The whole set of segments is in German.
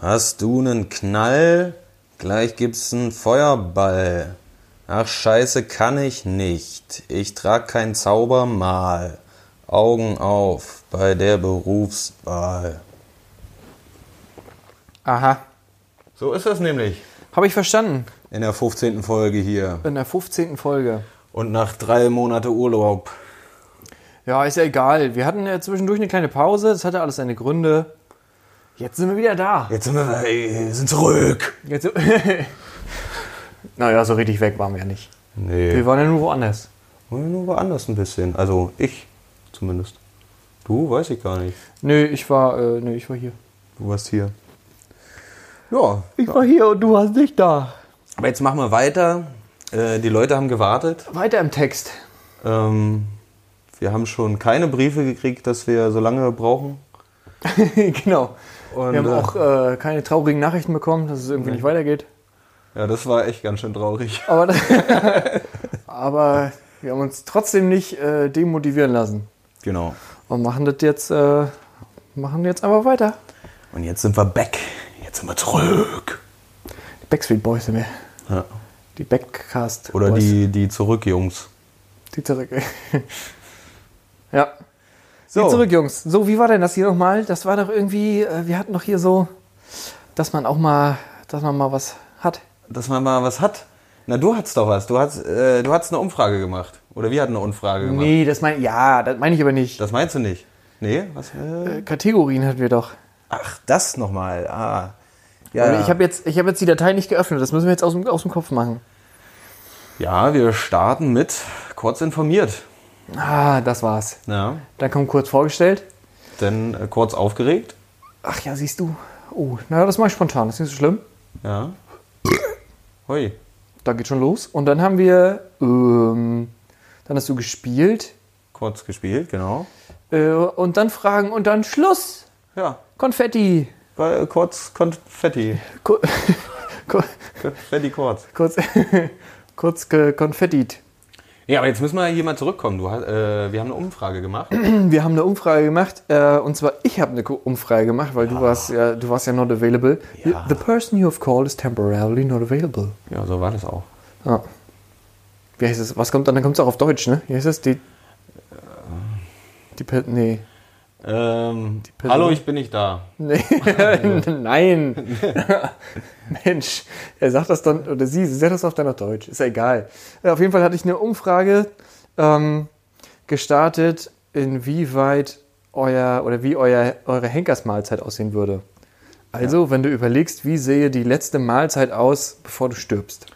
Hast du nen Knall? Gleich gibt's nen Feuerball. Ach scheiße, kann ich nicht. Ich trag kein Zaubermal. Augen auf bei der Berufswahl. Aha. So ist das nämlich. Habe ich verstanden. In der 15. Folge hier. In der 15. Folge. Und nach drei Monate Urlaub. Ja, ist ja egal. Wir hatten ja zwischendurch eine kleine Pause. Das hatte alles seine Gründe. Jetzt sind wir wieder da. Jetzt sind wir, ey, sind zurück. Jetzt. naja, so richtig weg waren wir ja nicht. Nee. Wir waren ja nur woanders. Wollen nur woanders ein bisschen. Also ich zumindest. Du weiß ich gar nicht. Nö, ich war, äh, nö, ich war hier. Du warst hier. Ja. Ich war hier und du warst nicht da. Aber jetzt machen wir weiter. Äh, die Leute haben gewartet. Weiter im Text. Ähm, wir haben schon keine Briefe gekriegt, dass wir so lange brauchen. genau. Und, Wir haben äh, auch äh, keine traurigen Nachrichten bekommen, dass es irgendwie nicht weitergeht. Ja, das war echt ganz schön traurig. Aber, aber wir haben uns trotzdem nicht äh, demotivieren lassen. Genau. Und machen das jetzt, äh, machen jetzt einfach weiter. Und jetzt sind wir back. Jetzt sind wir zurück. Die Backstreet Boys sind wir. Ja. Die Backcast. Oder Boys. die, die Zurückjungs. Die zurück. ja. So. Die zurück, Jungs. So, wie war denn das hier nochmal? Das war doch irgendwie, äh, wir hatten doch hier so, dass man auch mal, dass man mal was hat. Dass man mal was hat. Na, du hattest doch was. Du hattest, äh, du hattest eine Umfrage gemacht. Oder wir hatten eine Umfrage gemacht. Nee, das meine ja, das meine ich aber nicht. Das meinst du nicht? Nee? Was? Äh? Äh, Kategorien hatten wir doch. Ach, das nochmal. Ah. Aber Ja, Ich habe jetzt, ich hab jetzt die Datei nicht geöffnet, das müssen wir jetzt aus dem, aus dem Kopf machen. ja, wir starten mit kurz informiert. Ah, das war's. Ja, Dann kommt kurz vorgestellt. dann äh, kurz aufgeregt. Ach ja, siehst du. Oh, naja, das mache ich spontan, das ist nicht so schlimm. Ja. Hui. Da geht schon los. Und dann haben wir, ähm, dann hast du gespielt. Kurz gespielt, genau. Äh, und dann Fragen und dann Schluss. Ja, Konfetti. weil, äh, kurz Konfetti. Ku- Ku- Konfetti kurz. kurz kurz ge- konfettit. Ja, aber jetzt müssen wir hier mal zurückkommen. Du, hast- äh, wir haben eine Umfrage gemacht. Wir haben eine Umfrage gemacht, äh, und zwar ich habe eine Ku- Umfrage gemacht, weil du warst ja, du warst ja not available. Ja. The person you have called is temporarily not available. Ja, so war das auch. Ja. Wie heißt es? Was kommt dann? Dann kommt es auch auf Deutsch, ne? Wie heißt es? Die. Die per Nee. Ähm, Person- hallo, ich bin nicht da. nee. Nein. Mensch, er sagt das dann, oder sie, sie sagt das auf dann auf Deutsch. Ist ja egal. Ja, auf jeden Fall hatte ich eine Umfrage ähm, gestartet, inwieweit euer oder wie euer, eure Henkersmahlzeit aussehen würde. Also, wenn du überlegst, wie sehe die letzte Mahlzeit aus, bevor du stirbst.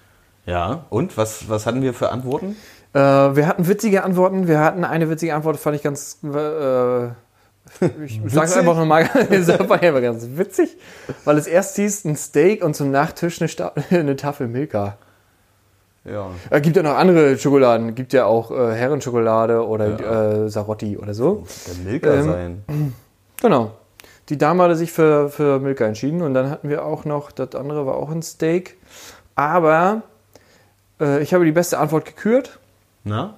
Ja, und was, was hatten wir für Antworten? Äh, wir hatten witzige Antworten. Wir hatten eine witzige Antwort, fand ich ganz. Äh, ich sag's einfach nochmal. Das war ja ganz witzig, weil es erst hieß ein Steak und zum Nachtisch eine, Sta eine Tafel Milka. Ja. Es gibt ja noch andere Schokoladen. Gibt ja auch äh, Herrenschokolade oder äh, Sarotti oder so. Der Milka Ähm, sein. Genau. Die Dame hatte sich für, für Milka entschieden und dann hatten wir auch noch, das andere war auch ein Steak. Aber äh, ich habe die beste Antwort gekürt. Na?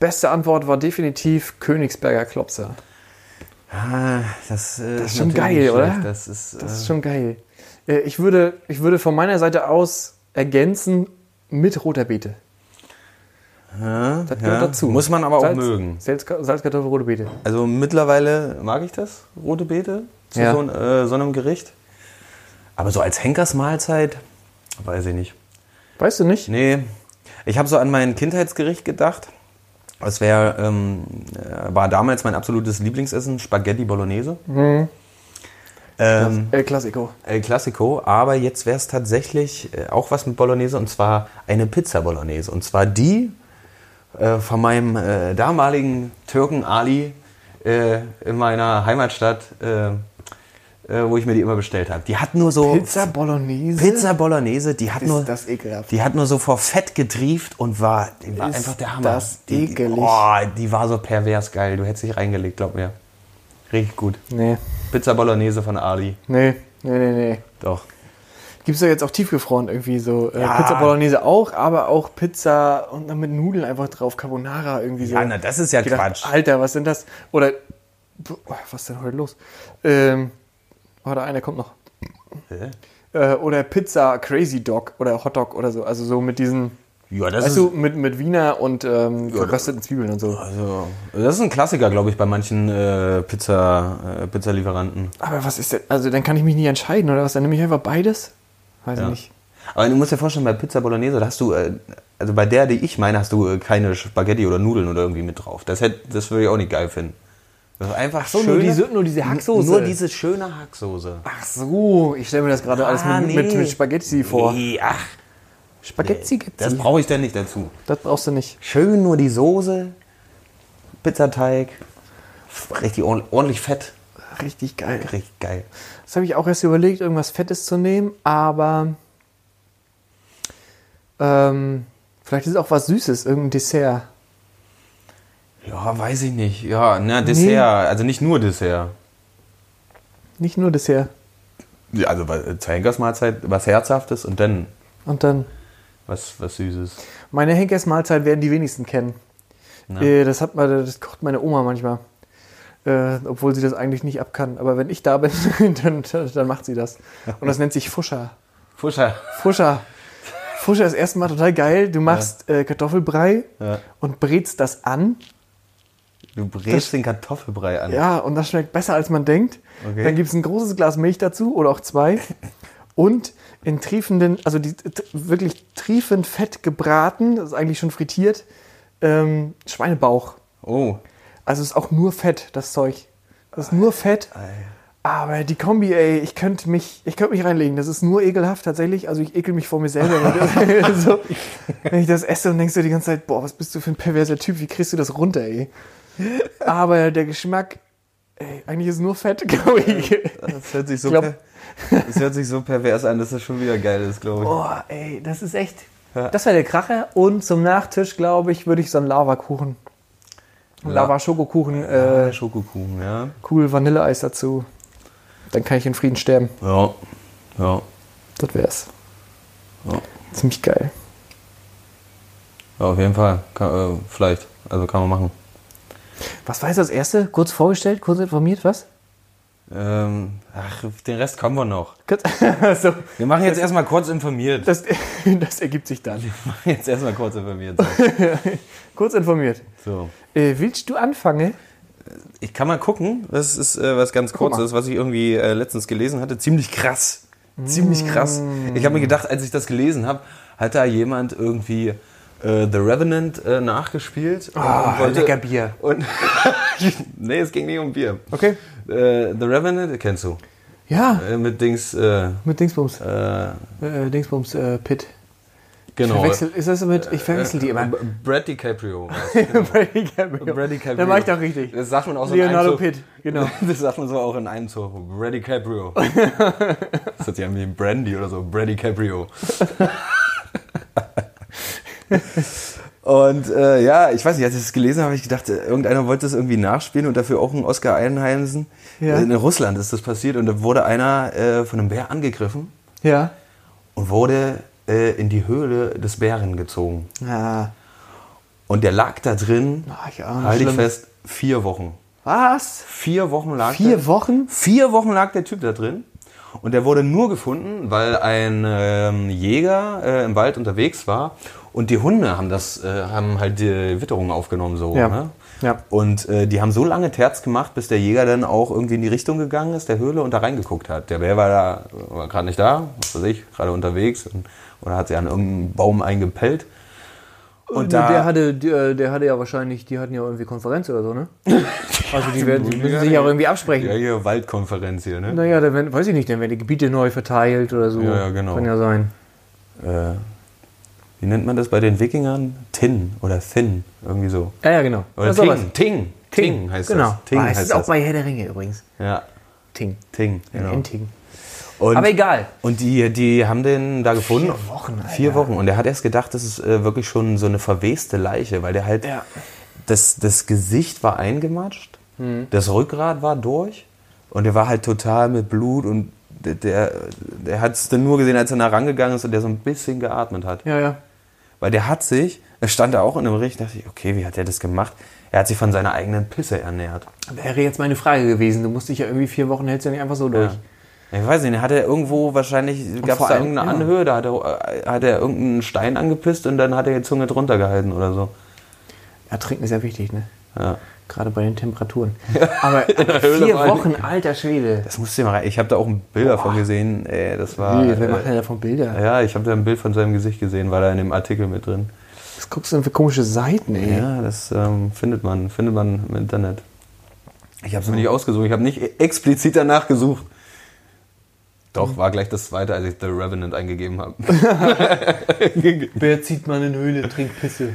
Beste Antwort war definitiv Königsberger Klopse. Ah, das, äh, ist schon natürlich geil, nicht oder? schlecht. Das ist, äh, Das ist schon geil. Äh, Ich würde, ich würde von meiner Seite aus ergänzen mit roter Beete. äh, ja, Das gehört dazu. Muss man aber auch Salz, mögen. Salz, Salzkartoffel, rote Beete. Also mittlerweile mag ich das, rote Beete, zu Ja. so, ein- äh, so einem Gericht. Aber so als Henkersmahlzeit, weiß ich nicht. Weißt du nicht? Nee, ich habe so an mein Kindheitsgericht gedacht. Das wäre, ähm, äh, war damals mein absolutes Lieblingsessen, Spaghetti Bolognese. Mhm. Ähm, El Clasico. El Clasico, aber jetzt wäre es tatsächlich äh, auch was mit Bolognese und zwar eine Pizza Bolognese. Und zwar die äh, von meinem äh, damaligen Türken Ali äh, in meiner Heimatstadt, äh, äh, wo ich mir die immer bestellt habe. Die hat nur so. Pizza Bolognese. Pizza Bolognese, die hat, nur, das ekelhaft. die hat nur so vor Fett getrieft und war, die war Ist einfach der Hammer. das die, die, ekelig. oh, die war so pervers geil. Du hättest dich reingelegt, glaub mir. Richtig gut. Nee, Pizza Bolognese von Ali. nee, nee, nee, nee. Doch. Gibt's ja jetzt auch tiefgefroren irgendwie so. Äh, Ja. Pizza Bolognese auch, aber auch Pizza und dann mit Nudeln einfach drauf. Carbonara irgendwie so. Ja, na, das ist ja gedacht, Quatsch. Alter, was sind das? Oder, boah, was ist denn heute los? Ähm, oh, da einer kommt noch. Äh, oder Pizza Crazy Dog oder Hotdog oder so. Also so mit diesen, Ja, das weißt ist, du, mit, mit Wiener und ähm, gerösteten Zwiebeln und so. also, das ist ein Klassiker, glaube ich, bei manchen äh, Pizza, äh, Pizzalieferanten. Aber was ist denn? Also dann kann ich mich nicht entscheiden oder was? Dann nehme ich einfach beides? Weiß ich Ja. nicht. Aber du musst dir vorstellen, bei Pizza Bolognese, da hast du, äh, also bei der, die ich meine, hast du äh, keine Spaghetti oder Nudeln oder irgendwie mit drauf. Das, hätte, das würde ich auch nicht geil finden. Das ist einfach so, nur diese- nur diese Hacksoße. Nur diese schöne Hacksoße. Ach so, ich stelle mir das gerade alles Ah, mit, mit, nee. mit Spaghetti vor. Nee, ach, Spaghetti gibt's das nicht. brauche ich denn nicht dazu. Das brauchst du nicht. Schön nur die Soße, Pizzateig, richtig ordn- ordentlich fett. Richtig geil. Richtig geil. Das habe ich auch erst überlegt, irgendwas Fettes zu nehmen, aber ähm, vielleicht ist auch was Süßes, irgendein Dessert. Ja, weiß ich nicht. Ja, na, Dessert. Also nicht nur Dessert. Nicht nur Dessert. Ja, Also bei- zur Henkersmahlzeit was Herzhaftes und dann Und dann, was, was Süßes. meine Henkersmahlzeit werden die wenigsten kennen. Na. Äh, das, hat mal, das kocht meine Oma manchmal. Äh, obwohl sie das eigentlich nicht abkann. Aber wenn ich da bin, dann, dann macht sie das. Und das nennt sich Fuscher. Fuscher. Fuscher. Fuscher ist erstmal total geil. Du machst äh, Kartoffelbrei Ja. und brätst das an. Du brätst den Kartoffelbrei an. Ja, und das schmeckt besser, als man denkt. Okay. Dann gibt es ein großes Glas Milch dazu oder auch zwei. Und in triefenden, also die, t- wirklich triefend fett gebraten, das ist eigentlich schon frittiert, ähm, Schweinebauch. Oh. Also ist auch nur Fett, das Zeug. Das ist nur Fett. Aber die Kombi, ey, ich könnte mich, ich könnte mich reinlegen. Das ist nur ekelhaft tatsächlich. Also ich ekel mich vor mir selber. wenn das- so, wenn ich das esse und denkst du die ganze Zeit, boah, was bist du für ein perverser Typ? Wie kriegst du das runter, ey? Aber der Geschmack, ey, eigentlich ist nur Fett, glaube ich. Das hört, sich so Ich glaub- per- das hört sich so pervers an, dass das schon wieder geil ist, glaube ich. Boah, ey, das ist echt. Das war der Kracher. Und zum Nachtisch, glaube ich, würde ich so einen Lavakuchen, einen La- Lava-Schokokuchen, äh, Schokokuchen, ja. cool Vanilleeis dazu. Dann kann ich in Frieden sterben. Ja. Ja. Das wär's. Ja. Ziemlich geil. ja auf jeden Fall. Kann, äh, vielleicht. Also kann man machen. Was war jetzt das erste? Kurz vorgestellt, kurz informiert, was? Ähm, ach, den Rest kommen wir noch. Kurz, so, Wir machen jetzt erstmal kurz informiert. das, das ergibt sich dann. Wir machen jetzt erstmal kurz informiert. Kurz informiert. So. Äh, willst du anfangen? Ich kann mal gucken. Das ist äh, was ganz Guck mal. Kurzes, was ich irgendwie äh, letztens gelesen hatte. Ziemlich krass. Ziemlich krass. Ich habe mir gedacht, als ich das gelesen habe, hat da jemand irgendwie äh, The Revenant äh, nachgespielt. und Ah, lecker Bier. Und nee, es ging nicht um Bier. Okay. Äh, The Revenant, kennst du. Ja, Äh, mit Dings, äh, mit Dingsbums. äh, Äh, Dingsbums, äh, Pit. genau. Verwechsel, ist das mit, ich verwechsel die immer. B- Brad DiCaprio. Brady Gabriel. Brady Cabrio. Dann mach ich doch richtig. Das sagt man auch so Leonardo in einem Pitt, genau. Das sagt man so auch in einem Zoo. Brady Cabrio. das hat ja irgendwie ein Brandy oder so. Brady Cabrio. Und äh, ja, ich weiß nicht, als ich das gelesen habe, habe ich gedacht, äh, irgendeiner wollte das irgendwie nachspielen und dafür auch einen Oscar einheimsen. Ja. In Russland ist das passiert und da wurde einer äh, von einem Bär angegriffen Ja. und wurde äh, in die Höhle des Bären gezogen. Ah, Und der lag da drin, Ach ja, halte ich schlimm. fest, vier Wochen. was? Vier Wochen lag Vier der, Wochen? Vier Wochen lag der Typ da drin. Und der wurde nur gefunden, weil ein ähm, Jäger äh, im Wald unterwegs war. Und die Hunde haben das, äh, haben halt die Witterung aufgenommen so. Ja. Ne? Ja. Und äh, die haben so lange Terz gemacht, bis der Jäger dann auch irgendwie in die Richtung gegangen ist, der Höhle und da reingeguckt hat. Der Bär war da, war gerade nicht da, was weiß ich, gerade unterwegs und, oder hat sich an irgendeinen Baum eingepellt. Und, da, der hatte, der, der hatte ja wahrscheinlich, die hatten ja irgendwie Konferenz oder so, ne? Also die, werden, die müssen sich ja auch irgendwie absprechen. ja, hier Waldkonferenz hier, ne? Naja, dann werden, weiß ich nicht, dann werden die Gebiete neu verteilt oder so. Ja, ja, genau. Kann ja sein. äh, wie nennt man das bei den Wikingern? Tin oder Thin, irgendwie so. Ja, ja, genau. Oder Ja, Ting, sowas. Ting, Ting, heißt genau. das. Ting ah, es heißt ist auch das. bei Herr der Ringe übrigens. Ja, Ting. Ting, genau. Ein Ting. Und, Aber egal. und die, die haben den da gefunden. Vier Wochen, Alter. Vier Wochen. Und er hat erst gedacht, das ist äh, wirklich schon so eine verweste Leiche, weil der halt, Ja. das, das Gesicht war eingematscht, Hm. das Rückgrat war durch und der war halt total mit Blut und der, der, der hat es dann nur gesehen, als er nah rangegangen ist und der so ein bisschen geatmet hat. Ja, ja. Weil der hat sich, es stand da auch in einem Bericht, dachte ich, okay, wie hat er das gemacht? Er hat sich von seiner eigenen Pisse ernährt. Wäre jetzt meine Frage gewesen. Du musst dich ja irgendwie vier Wochen hältst du ja nicht einfach so durch. Ich weiß nicht, hat er irgendwo wahrscheinlich, gab es vor da allem, irgendeine ja. Anhöhe, da hat er, hat er irgendeinen Stein angepisst und dann hat er die Zunge drunter gehalten oder so. Ja, trinken ist ja wichtig, ne? Ja. Gerade bei den Temperaturen. Aber der Höhle vier vor allem. Wochen, alter Schwede. Das musst du dir mal rein. Ich habe da auch ein Bilder von gesehen. Ey, das war. Wie, wer macht äh, denn davon Bilder? ja, ich habe da ein Bild von seinem Gesicht gesehen, war da in dem Artikel mit drin. Was guckst du denn für komische Seiten, ey? Ja, das ähm, findet man, findet man im Internet. Ich habe es mir nicht ausgesucht, ich habe nicht e- explizit danach gesucht. Doch, war gleich das zweite, als ich The Revenant eingegeben habe. Wer zieht man in Höhle, trinkt Pisse.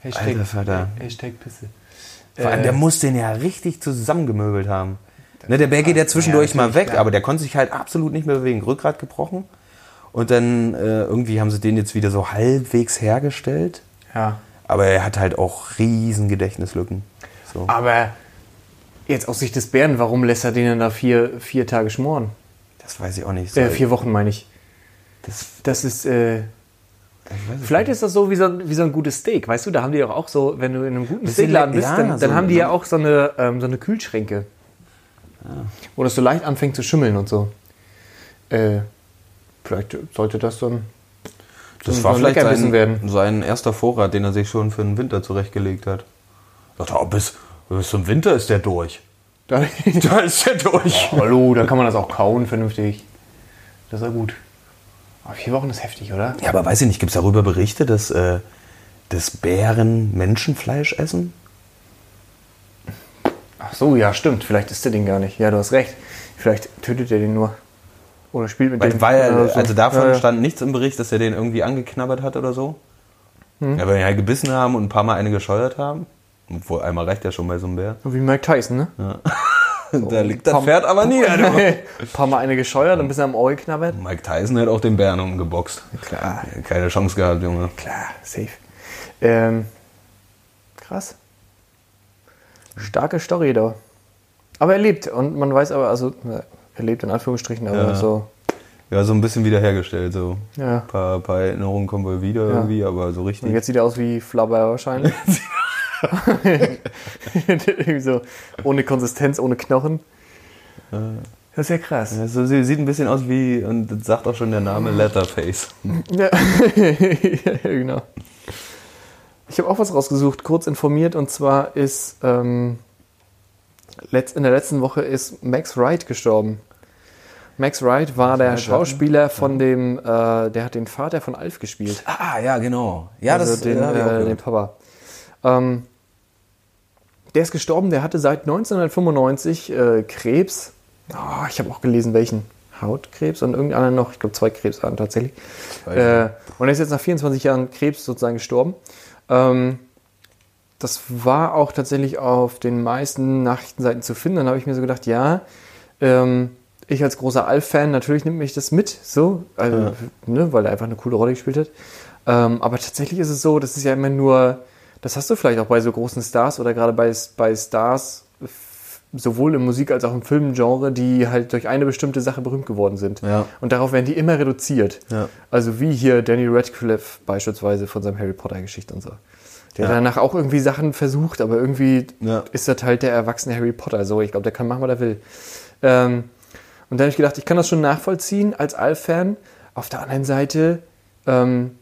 Hashtag, Alter Vater. Hashtag Pisse. Vor allem, Äh, der muss den ja richtig zusammengemöbelt haben. Ne, der Bär geht ja zwischendurch mal weg, aber der konnte sich halt absolut nicht mehr bewegen. Rückgrat gebrochen. Und dann äh, irgendwie haben sie den jetzt wieder so halbwegs hergestellt. Ja. Aber er hat halt auch riesen Gedächtnislücken. So. Aber jetzt aus Sicht des Bären, warum lässt er den denn da vier, vier Tage schmoren? Das weiß ich auch nicht. Äh, vier Wochen meine ich. Das- Das ist, äh, vielleicht ist das so wie, so ein- wie so ein gutes Steak, weißt du? Da haben die doch auch so, wenn du in einem guten Bisschen Steakladen le- bist, ja, dann, dann so- ne? haben die ja auch so eine, ähm, so eine Kühlschränke. Ah. Wo das so leicht anfängt zu schimmeln und so. Äh, vielleicht sollte das dann. Das So war ein vielleicht Leckerbissen sein, werden. sein erster Vorrat, den er sich schon für den Winter zurechtgelegt hat. Dachte, oh, bis, bis zum Winter ist der durch. Da, Da ist der durch. hallo, da kann man das auch kauen vernünftig. Das ist ja gut. Aber vier Wochen ist heftig, oder? Ja, aber weiß ich nicht, gibt es darüber Berichte, dass, äh, dass Bären Menschenfleisch essen? Ach so, ja, stimmt. Vielleicht isst er den gar nicht. Ja, du hast recht. Vielleicht tötet er den nur. Oder spielt mit Weil, dem. weil oder so. also davon Ja, ja. stand nichts im Bericht, dass er den irgendwie angeknabbert hat oder so. Ja, weil die halt gebissen haben und ein paar Mal eine gescheuert haben. Obwohl, einmal reicht ja schon bei so einem Bär. Wie Mike Tyson, ne? da liegt das Pam- Pferd aber nieder. du. Ein paar Mal eine gescheuert, ein bisschen am Ohr geknabbert. Mike Tyson hat auch den Bären umgeboxt. Klar, Keine Chance gehabt, Junge. klar, safe. Ähm, krass. Starke Story da. Aber er lebt und man weiß aber, also, na, er lebt in Anführungsstrichen, aber Ja. so. Ja, so ein bisschen wiederhergestellt. So Ja. ein paar, paar Erinnerungen kommen wohl wieder irgendwie, aber so Und richtig. jetzt sieht er aus wie Flabber wahrscheinlich. Irgendwie so ohne Konsistenz, ohne Knochen. Das ist ja krass. Also, sie sieht ein bisschen aus wie, und das sagt auch schon der Name Letterface. Ja, ja genau. Ich habe auch was rausgesucht, kurz informiert, und zwar ist ähm, letzt, in der letzten Woche ist Max Wright gestorben. Max Wright war der Schauspieler von dem, äh, der hat den Vater von Alf gespielt. Ah, ja, genau. Ja, also das den, ja, hab ich auch äh, den gehört. Papa. Ähm, der ist gestorben, der hatte seit 1995 äh, Krebs. Oh, ich habe auch gelesen, welchen. Hautkrebs und irgendeiner noch, ich glaube zwei Krebsarten tatsächlich. Äh, und er ist jetzt nach 24 Jahren Krebs sozusagen gestorben. Ähm, das war auch tatsächlich auf den meisten Nachrichtenseiten zu finden. Dann habe ich mir so gedacht, ja, ähm, ich als großer Alf-Fan, natürlich nimmt mich das mit, so, also, ne, weil er einfach eine coole Rolle gespielt hat. Ähm, aber tatsächlich ist es so, das ist ja immer nur, das hast du vielleicht auch bei so großen Stars oder gerade bei, bei Stars, f- sowohl im Musik- als auch im Filmgenre, die halt durch eine bestimmte Sache berühmt geworden sind. Ja. Und darauf werden die immer reduziert. Ja. Also wie hier Danny Radcliffe beispielsweise von seinem Harry Potter-Geschichte und so. Der hat danach auch irgendwie Sachen versucht, aber irgendwie Ja. ist das halt der erwachsene Harry Potter. So, ich glaube, der kann machen, was er will. Ähm, und dann habe ich gedacht, ich kann das schon nachvollziehen als Alf-Fan. Auf der anderen Seite ähm,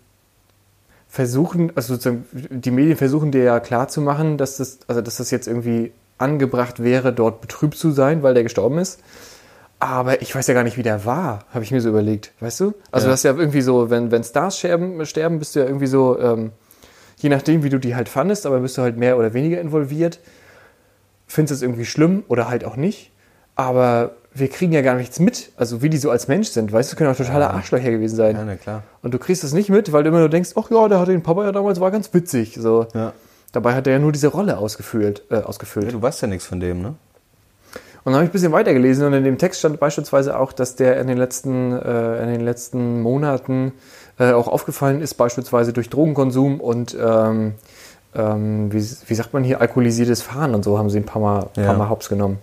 versuchen, also sozusagen, die Medien versuchen dir ja klarzumachen, dass das, also dass das jetzt irgendwie angebracht wäre, dort betrübt zu sein, weil der gestorben ist. Aber ich weiß ja gar nicht, wie der war, habe ich mir so überlegt, weißt du? Also Ja. das ist ja irgendwie so, wenn, wenn Stars sterben, sterben, bist du ja irgendwie so, ähm, je nachdem, wie du die halt fandest, aber bist du halt mehr oder weniger involviert findest es irgendwie schlimm oder halt auch nicht. Aber wir kriegen ja gar nichts mit, also wie die so als Mensch sind. Weißt du, können auch totale Arschlöcher gewesen sein. Ja, na klar. Und du kriegst das nicht mit, weil du immer nur denkst, ach ja, der hatte den Papa ja damals, war ganz witzig. So. Ja. Dabei hat er ja nur diese Rolle ausgefüllt. Äh, ausgefüllt. Du weißt ja nichts von dem, ne? Und dann habe ich ein bisschen weitergelesen und in dem Text stand beispielsweise auch, dass der in den letzten, äh, in den letzten Monaten äh, auch aufgefallen ist, beispielsweise durch Drogenkonsum und ähm, ähm, wie, wie sagt man hier, alkoholisiertes Fahren und so haben sie ein paar Mal, Ja. paar Mal Hops genommen.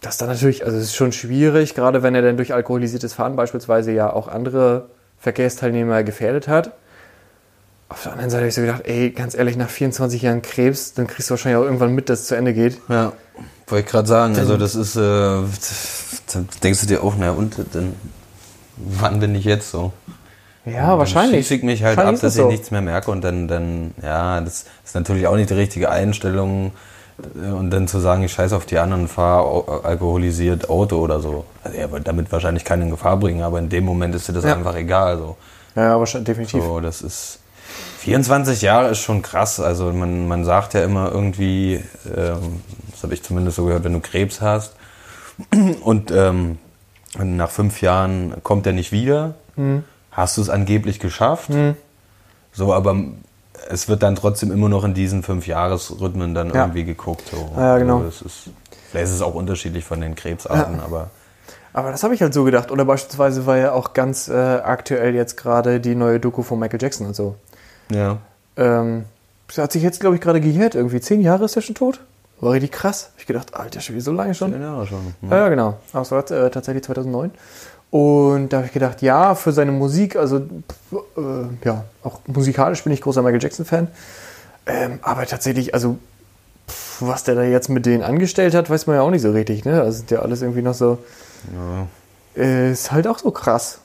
Das dann natürlich, also es ist schon schwierig, gerade wenn er dann durch alkoholisiertes Fahren beispielsweise ja auch andere Verkehrsteilnehmer gefährdet hat. Auf der anderen Seite habe ich so gedacht, ey, ganz ehrlich, nach 24 Jahren Krebs, dann kriegst du wahrscheinlich auch irgendwann mit, dass es zu Ende geht. Ja. Wollte ich gerade sagen, also das ist, äh, dann denkst du dir auch, na und, dann, wann bin ich jetzt so? Ja, Dann wahrscheinlich. schieße ich mich halt ab, Wahrscheinlich ist dass es ich so. nichts mehr merke und dann, dann, ja, das ist natürlich auch nicht die richtige Einstellung. äh, Und dann zu sagen, ich scheiße auf die anderen, fahre alkoholisiert Auto oder so. Also er wird damit wahrscheinlich keinen in Gefahr bringen, aber in dem Moment ist dir das Ja. einfach egal. So. Ja, wahrscheinlich, definitiv. so, das ist. 24 Jahre ist schon krass. Also man, man sagt ja immer irgendwie, ähm, das habe ich zumindest so gehört, wenn du Krebs hast und ähm, nach fünf Jahren kommt er nicht wieder, Mhm. hast du es angeblich geschafft. So, aber es wird dann trotzdem immer noch in diesen fünf Jahresrhythmen dann Ja. irgendwie geguckt. So. Ja, ja, genau. Also es ist, vielleicht ist es auch unterschiedlich von den Krebsarten, aber Aber das habe ich halt so gedacht. Oder beispielsweise war ja auch ganz äh, aktuell jetzt gerade die neue Doku von Michael Jackson und so. ja. Ähm, das hat sich jetzt, glaube ich, gerade gejährt. Irgendwie zehn Jahre ist er schon tot. War richtig krass. Hab ich gedacht, alter Schwede, so lange schon? Zehn Jahre schon. Ja, ja, genau. Aber es war äh, tatsächlich 2009. Und da habe ich gedacht, ja, für seine Musik, also pf, äh, ja, auch musikalisch bin ich großer Michael Jackson-Fan. Ähm, aber tatsächlich, also pf, was der da jetzt mit denen angestellt hat, weiß man ja auch nicht so richtig. Ne? Also sind ja alles irgendwie noch so, Ja. äh, ist halt auch so krass.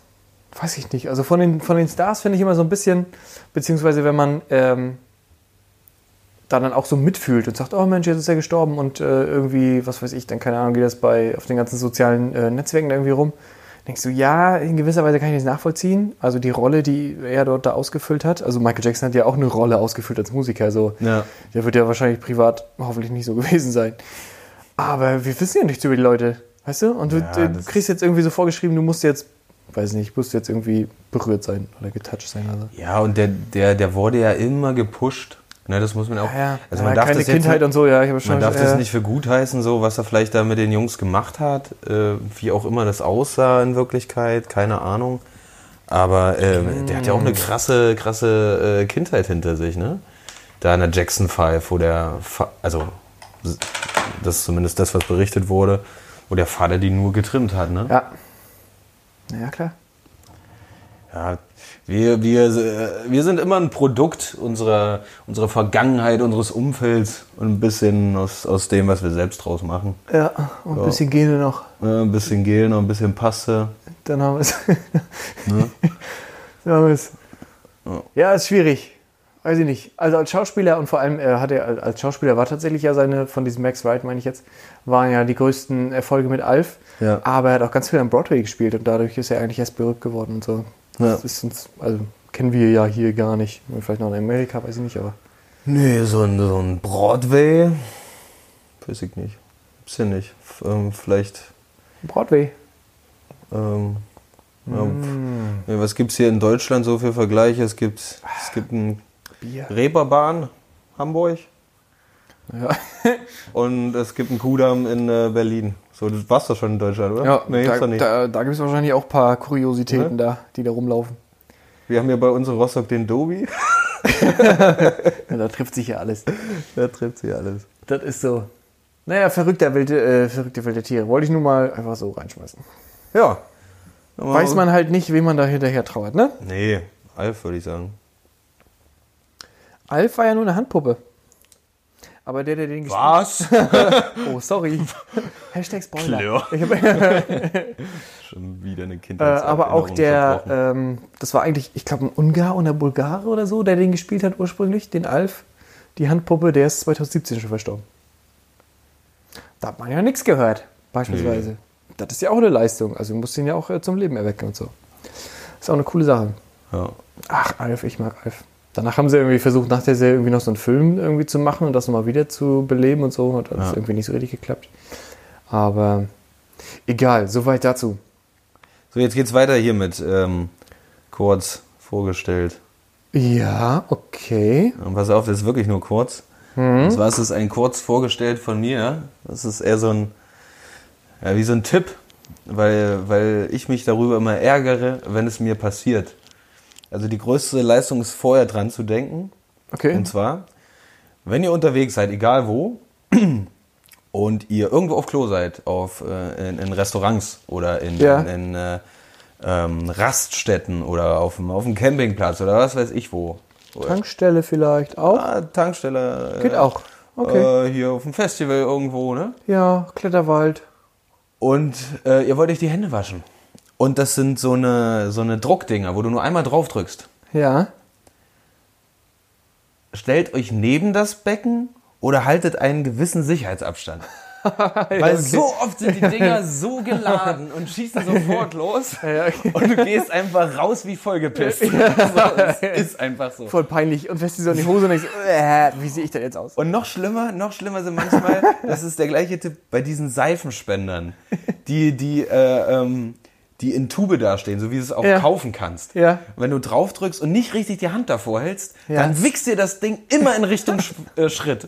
Weiß ich nicht. Also von den, von den Stars finde ich immer so ein bisschen, beziehungsweise wenn man ähm, da dann auch so mitfühlt und sagt, oh Mensch, jetzt ist er gestorben und äh, irgendwie, was weiß ich, dann keine Ahnung, geht das bei auf den ganzen sozialen äh, Netzwerken da irgendwie rum. Denkst du, ja, in gewisser Weise kann ich das nachvollziehen. Also die Rolle, die er dort da ausgefüllt hat. Also Michael Jackson hat ja auch eine Rolle ausgefüllt als Musiker. Also Ja. der wird ja wahrscheinlich privat hoffentlich nicht so gewesen sein. Aber wir wissen ja nichts über die Leute, weißt du? Und du, Ja, äh, du das- kriegst jetzt irgendwie so vorgeschrieben, du musst jetzt, weiß nicht, musst jetzt irgendwie berührt sein oder getouched sein. Also. Ja, und der, der, der wurde ja immer gepusht. Ne, das muss man auch. Also man Ja, darf keine das jetzt Kindheit nicht, und so, ja, ich habe schon Man darf äh, das nicht für gut heißen, so was er vielleicht da mit den Jungs gemacht hat, äh, wie auch immer das aussah in Wirklichkeit, keine Ahnung. Aber ähm, der hat ja auch Hm. eine krasse, krasse äh, Kindheit hinter sich, ne? Da in der Jackson 5, wo der, Fa also s- das ist zumindest das, was berichtet wurde, wo der Vater die nur getrimmt hat, ne? Ja. Ja, klar. Ja, wir, wir, äh, wir sind immer ein Produkt unserer, unserer Vergangenheit, unseres Umfelds und ein bisschen aus, aus dem, was wir selbst draus machen. Ja, und ein bisschen Gene noch. Äh, ein bisschen Gel noch ein bisschen Paste. Dann haben wir es. Dann haben wir es. Ja, ist schwierig. Weiß ich nicht. Also als Schauspieler und vor allem äh, hat er als Schauspieler war tatsächlich ja seine, von diesem Max Wright meine ich jetzt, waren ja die größten Erfolge mit Alf. Ja. Aber er hat auch ganz viel am Broadway gespielt und dadurch ist er eigentlich erst berühmt geworden und so. Ja. Das ist uns, also kennen wir ja hier gar nicht. Vielleicht noch in Amerika, weiß ich nicht, aber. Nee, so ein, so ein Broadway. Weiß ich nicht. Ist ja nicht. F- Ähm, vielleicht. Broadway. Ähm, ja, pf- nee, was gibt's hier in Deutschland so für Vergleiche? Es gibt, es gibt ein Bier. Reeperbahn, Hamburg. Ja. Und es gibt einen Kudamm in äh, Berlin. So, das war's doch schon in Deutschland, oder? Ja, nee, gibt's da, doch nicht. da, da gibt es wahrscheinlich auch ein paar Kuriositäten Ne? da, die da rumlaufen. Wir haben ja bei uns in Rostock den Dobi. Ja, da trifft sich ja alles. da trifft sie alles. Das ist so. Naja, verrückter wilde, äh, verrückte wilde Tiere. Wollte ich nur mal einfach so reinschmeißen. Ja. Weiß man halt nicht, wem man da hinterher trauert, ne? Nee, Alf würde ich sagen. Alf war ja nur eine Handpuppe. Aber der, der den gespielt Was? Oh, sorry. Hashtag Spoiler. Klar. Ich hab, äh, Schon wieder eine äh, Kindheit. aber auch der, ähm, das war eigentlich, ich glaube, ein Ungar und ein Bulgare oder so, der den gespielt hat ursprünglich, den Alf, die Handpuppe, der ist 2017 schon verstorben. Da hat man ja nichts gehört, beispielsweise. Das ist ja auch eine Leistung. Also du musst ihn ja auch äh, zum Leben erwecken und so. Ist auch eine coole Sache. Ja. Ach, Alf, ich mag Alf. Danach haben sie irgendwie versucht, nach der Serie irgendwie noch so einen Film irgendwie zu machen und das nochmal wieder zu beleben und so. Hat alles Ja. irgendwie nicht so richtig geklappt. Aber egal, soweit dazu. So, jetzt geht's weiter hier mit ähm, kurz vorgestellt. Ja, okay. Und pass auf, das ist wirklich nur kurz. Und zwar ist es ein kurz vorgestellt von mir. Das ist eher so ein, ja, wie so ein Tipp, weil, weil ich mich darüber immer ärgere, wenn es mir passiert. Also die größte Leistung ist vorher dran zu denken. Okay. Und zwar, wenn ihr unterwegs seid, egal wo, und ihr irgendwo auf Klo seid, auf, äh, in, in Restaurants oder in, Ja. in, in äh, ähm, Raststätten oder auf dem, auf dem Campingplatz oder was weiß ich wo. Oder, Tankstelle vielleicht auch. Ah, Tankstelle. äh, Geht auch. Okay. Äh, hier auf dem Festival irgendwo, ne? Ja, Kletterwald. Und äh, ihr wollt euch die Hände waschen. Und das sind so eine, so eine Druckdinger, wo du nur einmal drauf drückst. Ja. Stellt euch neben das Becken oder haltet einen gewissen Sicherheitsabstand. Weil so oft sind die Dinger so geladen und schießen sofort los ja, okay. und du gehst einfach raus wie vollgepisst. So, es ist einfach so. Voll peinlich. Und fährst dir so in die Hose und denkst, äh, wie sehe ich denn jetzt aus? Und noch schlimmer, noch schlimmer sind manchmal, das ist der gleiche Tipp bei diesen Seifenspendern, die, die, äh, ähm, die in Tube dastehen, so wie du es auch Ja. kaufen kannst. Ja. Und wenn du drauf drückst und nicht richtig die Hand davor hältst, Ja. dann wichst dir das Ding immer in Richtung Sch äh, Schritt.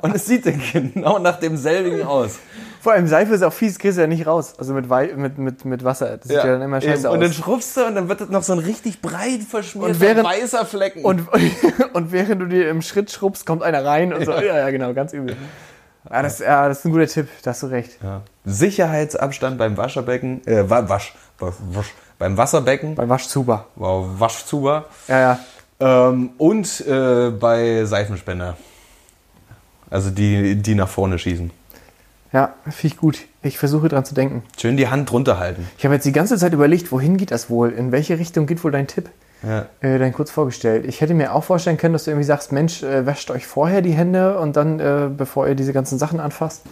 Und es sieht dann genau nach demselbigen aus. Vor allem Seife ist auch fies, kriegst du ja nicht raus. Also mit, Wei mit, mit, mit Wasser. Das sieht ja, dann immer eben. scheiße Und dann aus. schrubbst du und dann wird das noch so ein richtig breit verschmierter Und während- weißer Flecken. Und, und während du dir im Schritt schrubbst, kommt einer rein und so. Ja, ja, genau, ganz übel. Ja, das, ja, das ist ein guter Tipp, da hast du recht. Ja. Sicherheitsabstand beim Wascherbecken, äh, Wa- Wasch, Wa- Wasch, beim Wasserbecken, Beim Waschzuber. wow, Waschzuber Ja, ja. ähm, und äh, bei Seifenspender. Also die, die nach vorne schießen. Ja, finde ich gut. Ich versuche dran zu denken. Schön die Hand drunter halten. Ich habe jetzt die ganze Zeit überlegt, wohin geht das wohl? In welche Richtung geht wohl dein Tipp? Ja. Äh, dann kurz vorgestellt. Ich hätte mir auch vorstellen können, dass du irgendwie sagst, Mensch, äh, wäscht euch vorher die Hände und dann, äh, bevor ihr diese ganzen Sachen anfasst.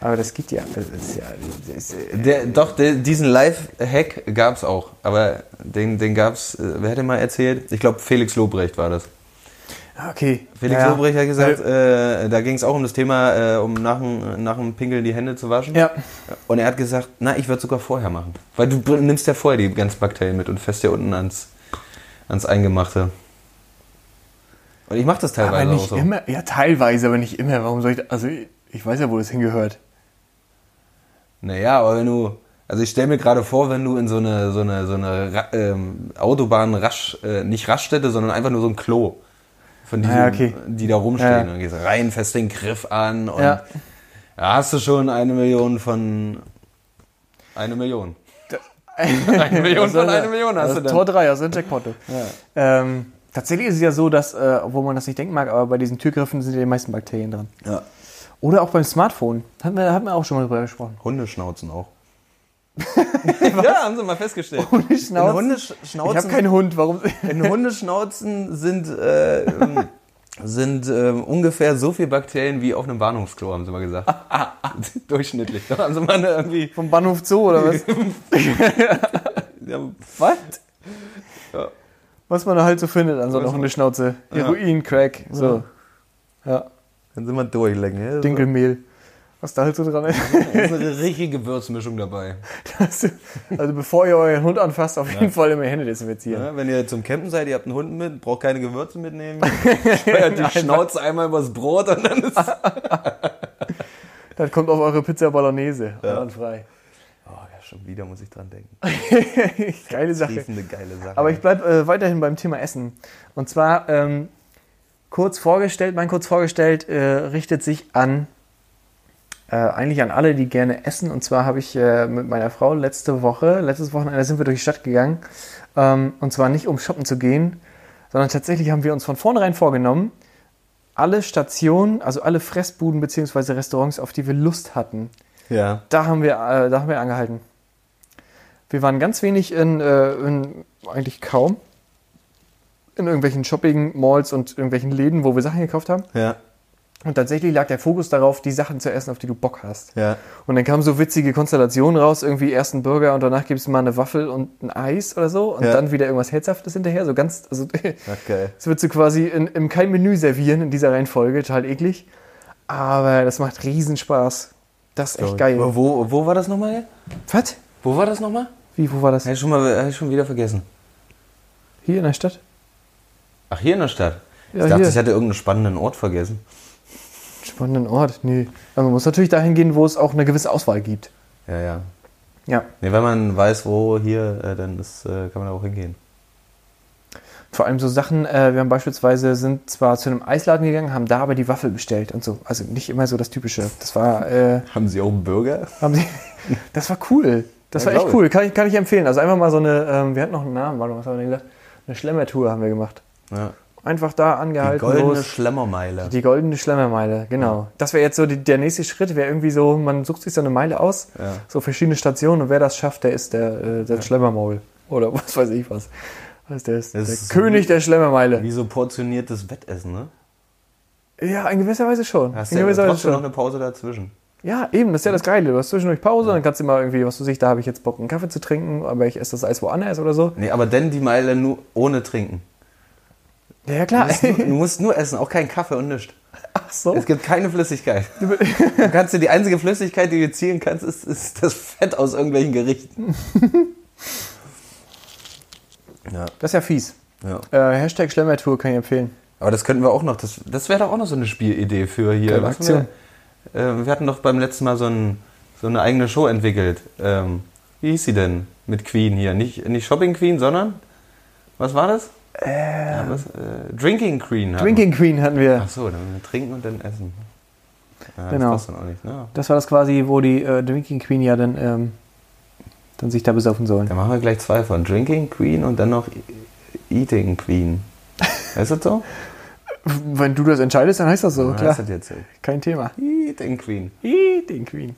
Aber das geht ja. Das ist ja das ist, äh, Der, doch, der, diesen Live-Hack gab es auch. Aber den, den gab es, äh, wer hat den mal erzählt? Ich glaube, Felix Lobrecht war das. äh, okay. Felix Ja. Lobrecht hat gesagt, äh, da ging es auch um das Thema, äh, um nach dem, nach dem Pinkeln die Hände zu waschen. Äh, Ja. Und er hat gesagt, na, ich würde sogar vorher machen. Weil du br- nimmst ja vorher die ganzen Bakterien mit und fährst ja unten ans, ans Eingemachte. Und ich mache das Aber teilweise auch nicht so. immer. Ja, teilweise, aber nicht immer. Warum soll ich. da- Also, ich ich weiß ja, wo das hingehört. Naja, aber wenn du. Also ich stelle mir gerade vor, wenn du in so eine, so eine, so eine Ra- ähm, Autobahn rasch, äh, nicht Raststätte, sondern einfach nur so ein Klo. Von diesen, Ah, okay. die da rumstehen. Ja. Und dann gehst du rein, fest den Griff an und Ja. da hast du schon eine Million von eine Million. Eine Million von einer Million hast du dann. Tor 3 aus dem Jackpot. du. Ähm, tatsächlich ist es ja so, dass, äh, obwohl man das nicht denken mag, aber bei diesen Türgriffen sind ja die meisten Bakterien dran. Ja. Oder auch beim Smartphone. Hatten wir, hatten wir auch schon mal drüber gesprochen. Hunde schnauzen auch. ja, haben sie mal festgestellt. Hunde schnauzen? In Hunde Ich habe schnauzen keinen Hund, warum? In Hundeschnauzen sind, äh, ähm, sind ähm, ungefähr so viel Bakterien wie auf einem Bahnhofsklo, haben sie mal gesagt. Durchschnittlich. Da haben sie mal eine irgendwie. Vom Bahnhof Zoo oder was? Ja, was? Ja. Was man da halt so findet an so einer Was man- Hundeschnauze. Heroin, Crack, so. Ja, dann sind wir durch, Länge. Dinkelmehl. Was da halt so dran ist. Da ist eine richtige Gewürzmischung dabei. Also, also bevor ihr euren Hund anfasst, auf jeden Fall immer Hände desinfizieren. Ja, wenn ihr zum Campen seid, ihr habt einen Hund mit, braucht keine Gewürze mitnehmen. Steuert die Schnauze einmal übers Brot und dann ist. Das kommt auf eure Pizza Bolognese. Einwandfrei. Oh ja, schon wieder muss ich dran denken. Geile Das Sache. ist eine geile Sache. Aber ich bleibe äh, weiterhin beim Thema Essen. Und zwar ähm, kurz vorgestellt, mein kurz vorgestellt äh, richtet sich an äh, eigentlich an alle, die gerne essen. Und zwar habe ich äh, mit meiner Frau letzte Woche, letztes Wochenende sind wir durch die Stadt gegangen. Ähm, und zwar nicht um shoppen zu gehen, sondern tatsächlich haben wir uns von vornherein vorgenommen, alle Stationen, also alle Fressbuden bzw. Restaurants, auf die wir Lust hatten, ja. da haben wir, äh, da haben wir angehalten. Wir waren ganz wenig in, äh, in eigentlich kaum in irgendwelchen Shopping-Malls und irgendwelchen Läden, wo wir Sachen gekauft haben. Ja. Und tatsächlich lag der Fokus darauf, die Sachen zu essen, auf die du Bock hast. Ja. Und dann kamen so witzige Konstellationen raus, irgendwie erst ein Burger und danach gibt's mal eine Waffel und ein Eis oder so und Ja. dann wieder irgendwas Herzhaftes hinterher. So ganz, also Ach, geil. das wird so quasi in, im kein Menü servieren in dieser Reihenfolge, total eklig. Aber das macht riesen Spaß. Das ist echt geil. Wo, wo war das nochmal? Was? Wo war das nochmal? Wie, wo war das? Habe ich, schon mal- hab ich schon wieder vergessen. Hier in der Stadt? Ach, hier in der Stadt? Ja, ich dachte, hier. ich hätte irgendeinen spannenden Ort vergessen. Spannenden Ort, nee. Aber man muss natürlich dahin gehen, wo es auch eine gewisse Auswahl gibt. Ja, ja. Ja. Nee, wenn man weiß, wo hier, äh, dann ist, äh, kann man da auch hingehen. Vor allem so Sachen, äh, wir haben beispielsweise, sind zwar zu einem Eisladen gegangen, haben da aber die Waffel bestellt und so. Also nicht immer so das Typische. Das war, äh, Haben Sie auch einen Burger? haben sie, das war cool. Das Ja, war echt glaub ich. cool, kann ich, kann ich empfehlen. Also einfach mal so eine, ähm, wir hatten noch einen Namen, warte, was haben wir denn gesagt? Eine Schlemmertour haben wir gemacht. Ja. Einfach da angehalten. Goldene halt los. Schlemmermeile. Die goldene Schlemmermeile, genau. Das wäre jetzt so die, der nächste Schritt, wäre irgendwie so, man sucht sich so eine Meile aus, Ja. so verschiedene Stationen und wer das schafft, der ist der, äh, der Schlemmermaul. Oder was weiß ich was. was der ist, Das der ist König der Schlemmermeile. Wie so portioniertes Wettessen, ne? Ja, in gewisser Weise schon. Hast in ja gewisser Weise trotzdem noch schon. eine Pause dazwischen. Ja, eben, das ist ja das Geile. Du hast zwischendurch Pause, dann kannst du mal irgendwie, was du siehst, da habe ich jetzt Bock, einen Kaffee zu trinken, aber ich esse das Eis woanders oder so. Nee, aber denn die Meile nur ohne trinken. Ja, ja klar. Du musst, nur, du musst nur essen, auch keinen Kaffee und nichts. Ach so. Es gibt keine Flüssigkeit. Du kannst dir die einzige Flüssigkeit, die du ziehen kannst, ist, ist das Fett aus irgendwelchen Gerichten. ja, Das ist ja fies. ja. Äh, Hashtag Schlemmertour kann ich empfehlen. Aber das könnten wir auch noch. Das, das wäre doch auch noch so eine Spielidee für hier. Geile Was haben Aktion. Wir, äh, wir hatten doch beim letzten Mal so, ein, so eine eigene Show entwickelt. Ähm, wie hieß sie denn mit Queen hier? Nicht, nicht Shopping Queen, sondern was war das? Ja, was, äh, Drinking Queen. hatten- Drinking Queen hatten wir. Ach so, dann trinken und dann essen. Ja, Genau. Das passt dann auch nicht. Ne? Das war das quasi, wo die äh, Drinking Queen ja dann, ähm, dann sich da besaufen sollen. Dann machen wir gleich zwei von Drinking Queen und dann noch E- Eating Queen. Ist das so? Wenn du das entscheidest, dann heißt das so, Oder klar. Ist das jetzt so? Kein Thema. Eating Queen. Den Queen.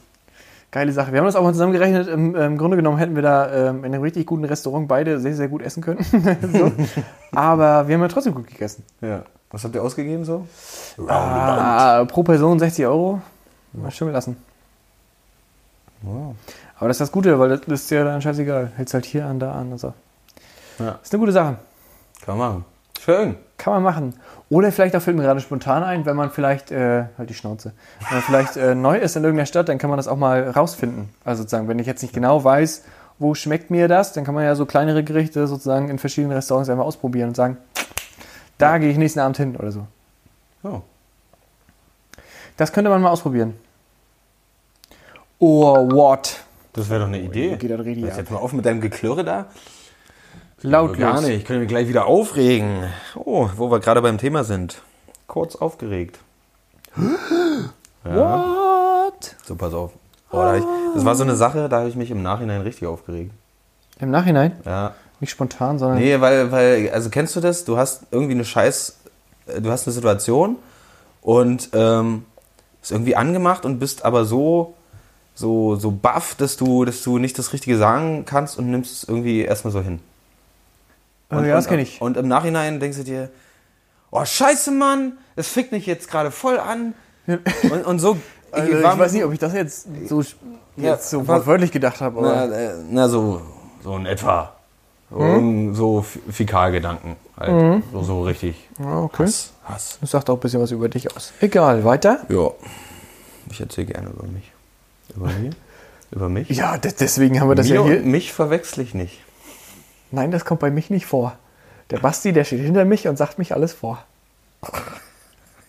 Geile Sache. Wir haben das auch mal zusammengerechnet. Im, äh, im Grunde genommen hätten wir da ähm, in einem richtig guten Restaurant beide sehr, sehr gut essen können. so. Aber wir haben ja trotzdem gut gegessen. Ja. Was habt ihr ausgegeben so? Oh, Ah, pro Person 60 Euro. Mal schön lassen. Wow. Aber das ist das Gute, weil das ist ja dann scheißegal. Hältst halt hier an, da an und so. Ja. Ist eine gute Sache. Kann man machen. Schön. Kann man machen. Oder vielleicht auch fällt mir gerade spontan ein, wenn man vielleicht, äh, halt die Schnauze, wenn man vielleicht äh, neu ist in irgendeiner Stadt, dann kann man das auch mal rausfinden. Also sozusagen, wenn ich jetzt nicht genau weiß, wo schmeckt mir das, dann kann man ja so kleinere Gerichte sozusagen in verschiedenen Restaurants einmal ausprobieren und sagen, da gehe ich nächsten Abend hin oder so. Oh. Das könnte man mal ausprobieren. Or what? Das wäre doch eine Idee. geht das richtig Hörst ab. jetzt mal auf mit deinem Geklirre da. Lautlos. Gar nicht. Ich könnte mich gleich wieder aufregen. Oh, wo wir gerade beim Thema sind. Kurz aufgeregt. Ja. What? So, pass auf. Oh, da hab ich, das war so eine Sache, da habe ich mich im Nachhinein richtig aufgeregt. Im Nachhinein? Ja. Nicht spontan, sondern Nee, weil, weil, also kennst du das? Du hast irgendwie eine Scheiß, äh, du hast eine Situation und ähm, ist irgendwie angemacht und bist aber so, so, so baff, dass du, dass du nicht das Richtige sagen kannst und nimmst es irgendwie erstmal so hin. Oh Und, ja, das und- kenne ich. Und im Nachhinein denkst du dir, oh Scheiße, Mann, das fickt mich jetzt gerade voll an. Und, und so. Also, ich weiß nicht, ob ich das jetzt so, Ja, jetzt so was- wortwörtlich gedacht habe, aber... Na, äh, na so, so in etwa. So, hm? so F- Fäkalgedanken. Halt. Hm? So, so richtig. Ah, okay. Hass, Hass. Das sagt auch ein bisschen was über dich aus. Egal, weiter? Ja. Ich erzähle gerne über mich. Über mich? Über mich? Ja, de- deswegen haben wir das Mir ja und hier. mich verwechsel ich nicht. Nein, das kommt bei mich nicht vor. Der Basti, der steht hinter mich und sagt mich alles vor.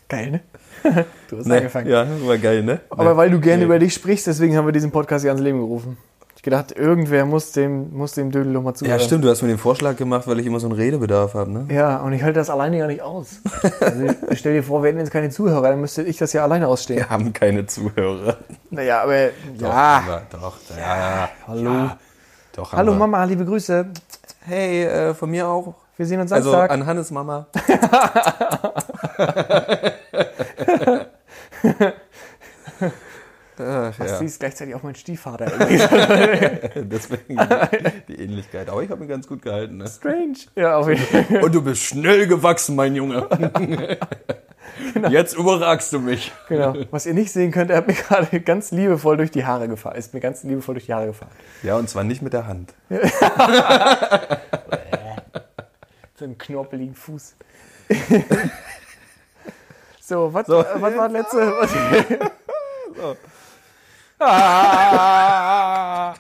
Geil, ne? Du hast angefangen. Ja, war geil, ne? Aber weil du gerne über dich sprichst, deswegen haben wir diesen Podcast hier ans Leben gerufen. Ich gedacht, irgendwer muss dem, muss dem Dödel doch mal zuhören. ja, stimmt, du hast mir den Vorschlag gemacht, weil ich immer so einen Redebedarf habe, ne? Ja, und ich halte das alleine ja nicht aus. Also, stell dir vor, wir hätten jetzt keine Zuhörer, dann müsste ich das ja alleine ausstehen. Wir haben keine Zuhörer. Naja, aber Doch, ja. haben wir, doch, Ah. ja, ja, ja. Hallo. Ja, doch, haben Hallo wir. Mama, liebe Grüße. Hey, äh, von mir auch. Wir sehen uns Also Samstag. an Hannes Mama. Ach, ja. Sie ist gleichzeitig auch mein Stiefvater. Deswegen die Ähnlichkeit. Aber ich habe mich ganz gut gehalten. Ne? Strange. Ja, auf jeden Fall. Und du bist schnell gewachsen, mein Junge. Jetzt überragst du mich. Genau. Was ihr nicht sehen könnt, er hat mir gerade ganz liebevoll durch die Haare gefahren. Ist mir ganz liebevoll durch die Haare gefahren. Ja, und zwar nicht mit der Hand. So einen knorpeligen Fuß. so, was, So. äh, was war das letzte? Was, Ah.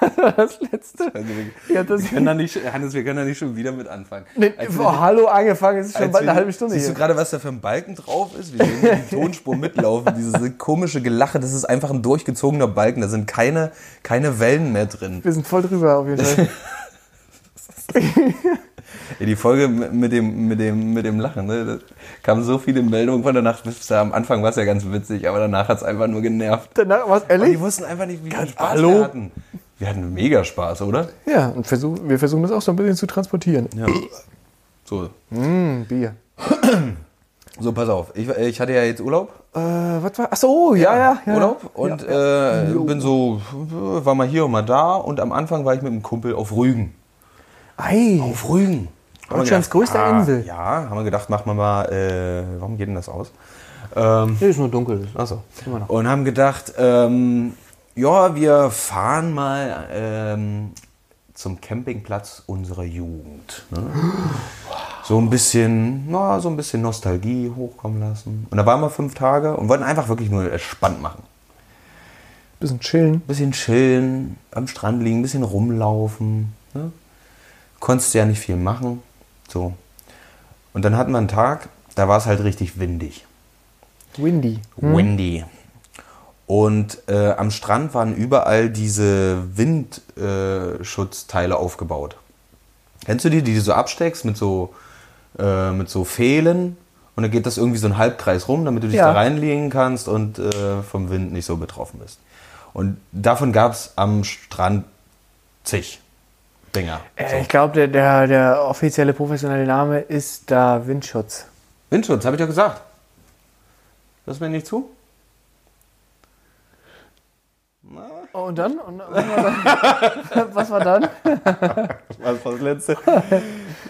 was war das letzte? Also wir, Ich hab das wir können da nicht, Hannes, wir können da nicht schon wieder mit anfangen. Nee, Als wir- boah, hallo angefangen, es ist schon Als bald wir- eine halbe Stunde Siehst hier. du gerade, was da für ein Balken drauf ist? Wir sehen hier die Tonspur mitlaufen, dieses komische Gelache, das ist einfach ein durchgezogener Balken, da sind keine, keine Wellen mehr drin. Wir sind voll drüber auf jeden Fall. Ja, die Folge mit dem, mit dem, mit dem Lachen, ne? da kamen so viele Meldungen von danach, bis da am Anfang war es ja ganz witzig, aber danach hat es einfach nur genervt. Danach war es Und die ehrlich. wussten einfach nicht, wie viel Spaß hallo? wir hatten. Wir hatten mega Spaß, oder? Ja, und versuch, wir versuchen das auch so ein bisschen zu transportieren. Ja. So, Mm, Bier. so pass auf. Ich, ich hatte ja jetzt Urlaub. Äh, was war? Ach so, ja, ja, ja. Urlaub und Äh, bin so, äh, war mal hier und mal da und am Anfang war ich mit einem Kumpel auf Rügen. Ei, Auf Rügen. Haben wir ah, Deutschlands größte Insel. Ja, haben wir gedacht, machen wir mal, äh, warum geht denn das aus? Ähm, Hier ist nur dunkel. achso. Immer noch. Und haben gedacht, ähm, ja, wir fahren mal ähm, zum Campingplatz unserer Jugend. Ne? So ein bisschen, na, so ein bisschen Nostalgie hochkommen lassen. Und da waren wir fünf Tage und wollten einfach wirklich nur entspannt machen. bisschen chillen. bisschen chillen, am Strand liegen, bisschen rumlaufen. Ne? Konntest ja nicht viel machen. So. Und dann hatten wir einen Tag, da war es halt richtig windig. Windy. Hm? Hm? Windy. Und äh, am Strand waren überall diese Windschutzteile aufgebaut. Kennst du die, die du so absteckst mit so, äh, mit so Fehlen? Und dann geht das irgendwie so ein Halbkreis rum, damit du dich Ja. da reinlegen kannst und äh, vom Wind nicht so betroffen bist. Und davon gab es am Strand zig Dinger. Äh, ich glaube, der, der, der offizielle professionelle Name ist da Windschutz. Windschutz, habe ich ja gesagt. Hörst du mir nicht zu? Und dann? Und, und dann was war dann? Das war Also das letzte.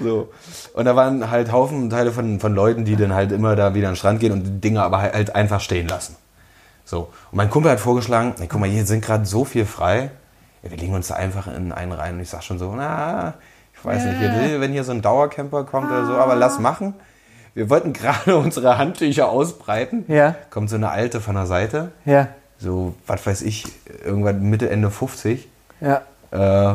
So. Und da waren halt Haufen Teile von, von Leuten, die dann halt immer da wieder an den Strand gehen und die Dinger aber halt- halt einfach stehen lassen. So. Und mein Kumpel hat vorgeschlagen, "Ey, guck mal, hier sind gerade so viel frei. Ja, wir legen uns da einfach in einen rein. Und ich sag schon so, na, ich weiß nicht, hier, wenn hier so ein Dauercamper kommt oder so, aber lass machen. Wir wollten gerade unsere Handtücher ausbreiten. Ja. Kommt so eine alte von der Seite. Ja, So, was weiß ich, irgendwann Mitte, Ende 50. ja. Äh,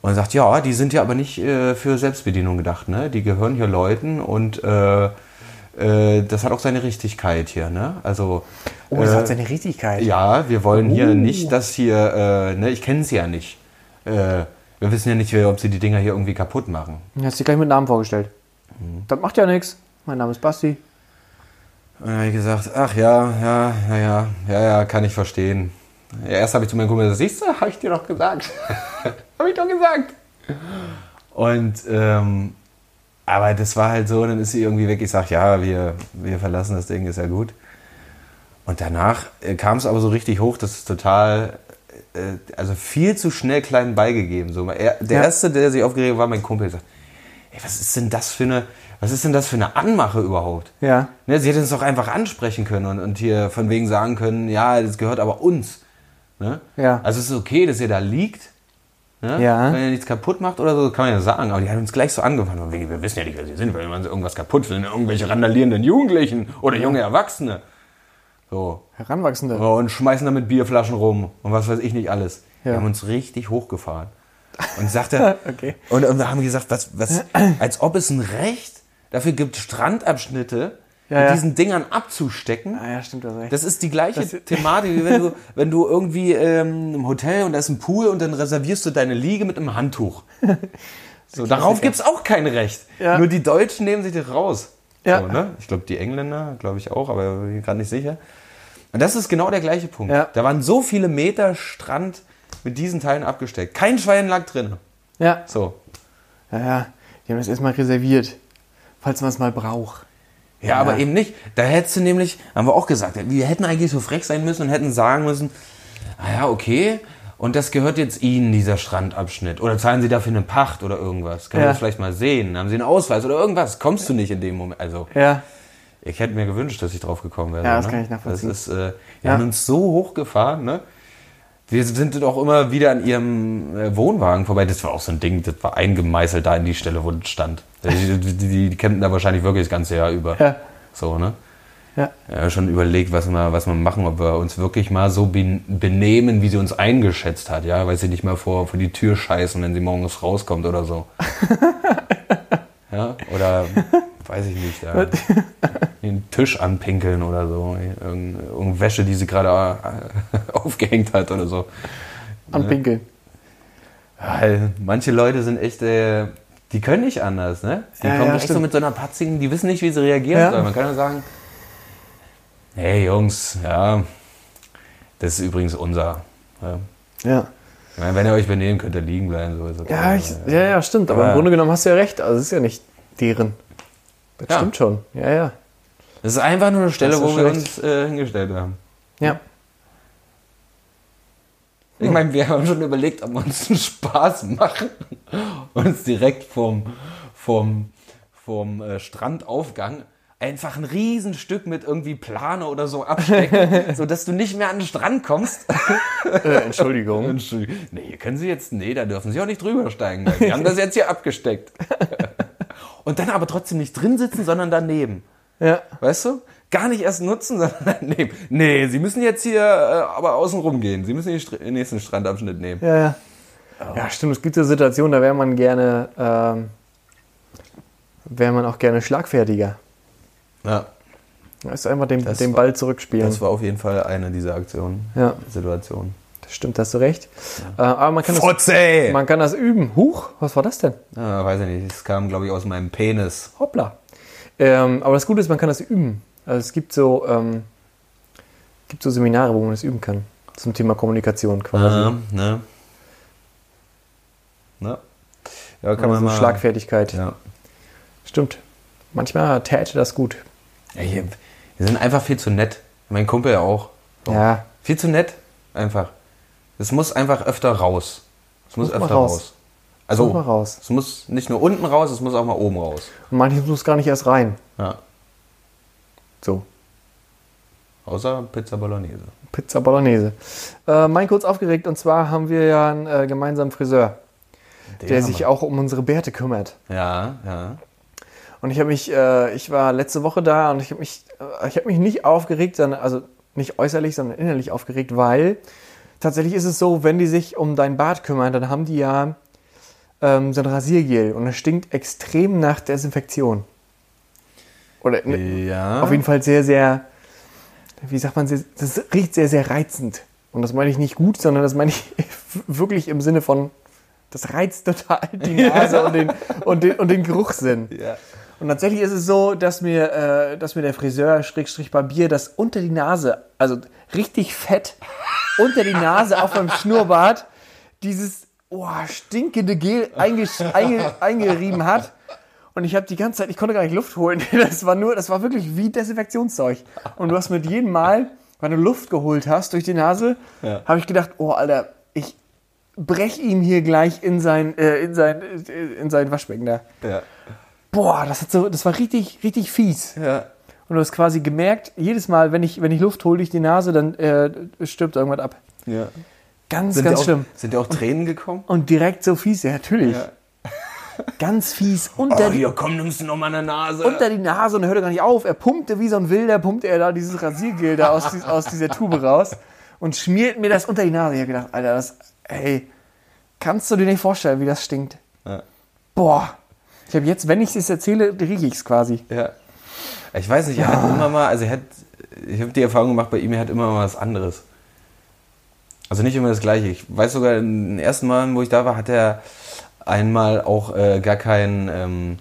und sagt, ja, die sind ja aber nicht äh, für Selbstbedienung gedacht, ne? Die gehören hier Leuten und äh, äh, das hat auch seine Richtigkeit hier, ne? Also Oh, das äh, hat Oh. seine Richtigkeit. ja, wir wollen hier nicht, dass hier, äh, ne, ich kenne es ja nicht. Äh, wir wissen ja nicht, ob sie die Dinger hier irgendwie kaputt machen. Du hast dich gleich mit Namen vorgestellt. Das macht ja nichts. Mein Name ist Basti. Und dann habe ich gesagt, ach ja, ja, ja, ja, ja, ja, kann ich verstehen. Ja, erst habe ich zu meinem Kumpel gesagt, siehst du, habe ich dir doch gesagt. habe ich doch gesagt. Und, ähm, aber das war halt so, dann ist sie irgendwie weg. Ich sage, ja, wir, wir verlassen das Ding, ist ja gut. Und danach äh, kam es aber so richtig hoch, das ist total, äh, also viel zu schnell klein beigegeben. So, er, der Ja. Erste, der sich aufgeregt hat, war mein Kumpel. Ich sag, ey, was ist denn das für eine, was ist denn das für eine Anmache überhaupt? Ja. Ne, sie hätte uns doch einfach ansprechen können und, und hier von wegen sagen können, ja, das gehört aber uns. Ne? Ja. Also es ist okay, dass ihr da liegt. Ne? Ja. Wenn ihr nichts kaputt macht oder so, kann man ja sagen. Aber die haben uns gleich so angefangen. von wegen, Wir wissen ja nicht, wer sie sind, wenn man so irgendwas kaputt will. ne? Irgendwelche randalierenden Jugendlichen oder junge Erwachsene. So. Heranwachsende. Und schmeißen damit Bierflaschen rum und was weiß ich nicht alles. Ja. Wir haben uns richtig hochgefahren. Und sagte, Okay. und, und wir haben gesagt, was, was, als ob es ein Recht dafür gibt, Strandabschnitte Ja, mit ja. diesen Dingern abzustecken. Ah ja, stimmt das recht. Das ist die gleiche Das- Thematik, wie wenn du, wenn du irgendwie ähm, im Hotel und da ist ein Pool und dann reservierst du deine Liege mit einem Handtuch. So, darauf gibt es auch kein Recht. Ja. Nur die Deutschen nehmen sich das raus. Ja. So, ne? Ich glaube, die Engländer, glaube ich auch, aber bin gerade nicht sicher. Und das ist genau der gleiche Punkt. Ja. Da waren so viele Meter Strand mit diesen Teilen abgesteckt. Kein Schwein lag drin. ja. So. ja, ja. Die haben es erstmal reserviert. Falls man es mal braucht. Ja, aber eben nicht. Da hättest du nämlich, haben wir auch gesagt, wir hätten eigentlich so frech sein müssen und hätten sagen müssen, ah ja, okay, und das gehört jetzt Ihnen, dieser Strandabschnitt. Oder zahlen Sie dafür eine Pacht oder irgendwas. Können Ja. wir das vielleicht mal sehen? Haben Sie einen Ausweis oder irgendwas? Kommst du nicht in dem Moment. Also, Ja. ich hätte mir gewünscht, dass ich drauf gekommen wäre. Ja, das ne? kann ich nachvollziehen. Das ist, äh, wir Ja. haben uns so hochgefahren, ne? Wir sind auch immer wieder an ihrem äh, Wohnwagen vorbei. Das war auch so ein Ding, das war eingemeißelt da in die Stelle, wo das stand. Die, die, die, die campen da wahrscheinlich wirklich das ganze Jahr über. Ja. So, ne? Ja. Ja, schon überlegt, was wir, was wir machen, ob wir uns wirklich mal so ben- benehmen, wie sie uns eingeschätzt hat, ja, weil sie nicht mal vor, vor die Tür scheißen, wenn sie morgens rauskommt oder so. ja, oder weiß ich nicht, ja, den Tisch anpinkeln oder so, irgend- irgendeine Wäsche, die sie gerade äh, aufgehängt hat oder so. Am Pinkeln. Weil manche Leute sind echt, äh, die können nicht anders, ne? Die Ja, kommen ja, echt so stimmt. mit so einer patzigen, die wissen nicht, wie sie reagieren Ja. sollen. Man kann nur sagen, hey Jungs, ja, das ist übrigens unser. Ja. Ja. Ich meine, wenn ihr euch benehmen könnt, ihr liegen bleiben. So ist okay. Ja, ich, ja, ja, stimmt. Aber Ja. im Grunde genommen hast du ja recht. Also es ist ja nicht deren. Das Ja. stimmt schon. Ja, ja. Das ist einfach nur eine Stelle, Hast du wo wir schon uns äh, hingestellt haben. Ja. Ich meine, wir haben schon überlegt, ob wir uns einen Spaß machen, uns direkt vom, vom, vom äh, Strandaufgang einfach ein Riesenstück mit irgendwie Plane oder so abstecken, sodass du nicht mehr an den Strand kommst. Äh, Entschuldigung. Entschuldigung. Nee, hier können Sie jetzt, nee, da dürfen Sie auch nicht drüber steigen. weil Wir haben das jetzt hier abgesteckt. Und dann aber trotzdem nicht drin sitzen, sondern daneben. ja. Weißt du? Gar nicht erst nutzen, sondern daneben. Nee, Sie müssen jetzt hier äh, aber außen rum gehen. Sie müssen den Str- den nächsten Strandabschnitt nehmen. Ja, ja. Ja, stimmt. Es gibt so Situationen, da wäre man gerne, ähm, wäre man auch gerne schlagfertiger. Ja, Weißt du, einfach den, Das den war- Ball zurückspielen. das war auf jeden Fall eine dieser Aktionen, ja, Situationen. das stimmt, da hast du recht. Äh, aber man kann, das, Protze! man kann das üben. Huch, was war das denn? Ah, weiß ich nicht, es kam, glaube ich, aus meinem Penis. Hoppla. Ähm, aber das Gute ist, man kann das üben. Also es gibt so, ähm, gibt so Seminare, wo man das üben kann. Zum Thema Kommunikation quasi. Ja, ne? Ne? Ja, kann man also mal... Schlagfertigkeit. Ja. Stimmt. Manchmal täte das gut. Ja, hier, wir sind einfach viel zu nett. Mein Kumpel ja auch. So. Ja. Viel zu nett, einfach. Es muss einfach öfter raus. Es muss, Muss mal öfter raus. raus. Also, Muss mal raus. es muss nicht nur unten raus, es muss auch mal oben raus. Und manches muss gar nicht erst rein. Ja. So. Außer Pizza Bolognese. Pizza Bolognese. Äh, mein kurz aufgeregt, und zwar haben wir ja einen äh, gemeinsamen Friseur, Den der haben sich wir. auch um unsere Bärte kümmert. Ja, ja. Und ich habe mich, äh, ich war letzte Woche da und ich habe mich, äh, ich habe mich nicht aufgeregt, sondern, also nicht äußerlich, sondern innerlich aufgeregt, weil tatsächlich ist es so, wenn die sich um dein Bart kümmern, dann haben die ja ähm, so ein Rasiergel und es stinkt extrem nach Desinfektion. Oder ne, Ja. auf jeden Fall sehr, sehr, wie sagt man, sehr, das riecht sehr, sehr reizend. Und das meine ich nicht gut, sondern das meine ich wirklich im Sinne von, das reizt total die Nase und, den, und, den, und den Geruchssinn. Ja. Und tatsächlich ist es so, dass mir, äh, dass mir der Friseur, Schrägstrich Barbier, das unter die Nase, also richtig fett, unter die Nase auf meinem Schnurrbart, dieses oh, stinkende Gel eingesch- einge eingerieben hat. Und ich habe die ganze Zeit, ich konnte gar nicht Luft holen. Das war nur, das war wirklich wie Desinfektionszeug. Und du hast mit jedem Mal, wenn du Luft geholt hast durch die Nase, habe ich gedacht, oh Alter, ich brech ihm hier gleich in sein, äh, in sein, äh, in sein Waschbecken da Ja. boah, das, hat so, das war richtig, richtig fies. Ja. Und du hast quasi gemerkt, jedes Mal, wenn ich, wenn ich Luft hole durch die Nase, dann äh, stirbt irgendwas ab. ja. Ganz, Sind ganz dir auch, schlimm. Sind dir auch Tränen gekommen? Und direkt so fies, ja, natürlich. Ja. Ganz fies. Unter, Oh, die, hier, komm, nimmst du noch mal eine Nase. unter die Nase und er hörte gar nicht auf. Er pumpte wie so ein Wilder, pumpte er da dieses Rasiergel da aus, dies- aus dieser Tube raus und schmiert mir das unter die Nase. Ich hab gedacht, Alter, das, ey, kannst du dir nicht vorstellen, wie das stinkt? Ja. Boah. Ich habe jetzt, wenn ich es erzähle, riech ich es quasi. Ja. Ich weiß nicht, er hat immer mal, also er hat, ich habe die Erfahrung gemacht, bei ihm, er hat immer mal was anderes. Also nicht immer das Gleiche. Ich weiß sogar, in den ersten Malen, wo ich da war, hat er einmal auch äh, gar kein ähm,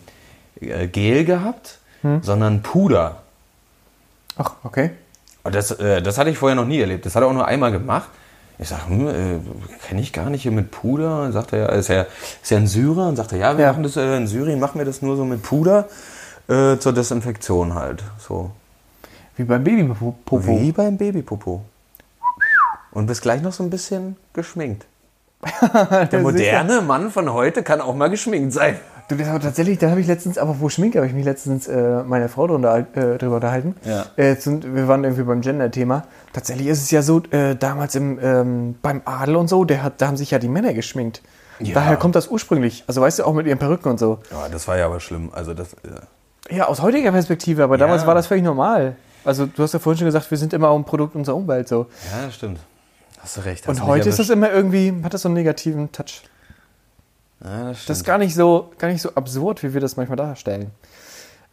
äh, Gel gehabt, Hm. sondern Puder. Ach, okay. Und das, äh, das hatte ich vorher noch nie erlebt. Das hat er auch nur einmal gemacht. Ich sage, hm, äh, kenne ich gar nicht hier mit Puder. Und sagt er, ja, ist ja, ist ja ein Syrer. Und sagt er, ja, wir Ja. machen das äh, in Syrien, machen wir das nur so mit Puder äh, zur Desinfektion halt. So. Wie beim Babypopo. Wie beim Babypopo. Und bist gleich noch so ein bisschen geschminkt. Der moderne Mann von heute kann auch mal geschminkt sein. Du, das aber tatsächlich, da habe ich letztens, aber wo Schminke, habe ich mich letztens äh, meiner Frau drunter, äh, drüber unterhalten. Ja. Äh, sind, wir waren irgendwie beim Gender-Thema. Tatsächlich ist es ja so, äh, damals im, ähm, beim Adel und so, der hat, da haben sich ja die Männer geschminkt. Ja. Daher kommt das ursprünglich. Also weißt du, auch mit ihren Perücken und so. Ja, das war ja aber schlimm. Also das, äh, Ja, aus heutiger Perspektive, aber damals Ja. war das völlig normal. Also du hast ja vorhin schon gesagt, wir sind immer auch ein Produkt unserer Umwelt so. ja, das stimmt. Hast du recht. hast Und mich heute ist das erwischt. immer irgendwie, hat das so einen negativen Touch. Ja, das stimmt. Das ist gar nicht so, gar nicht so absurd, wie wir das manchmal darstellen.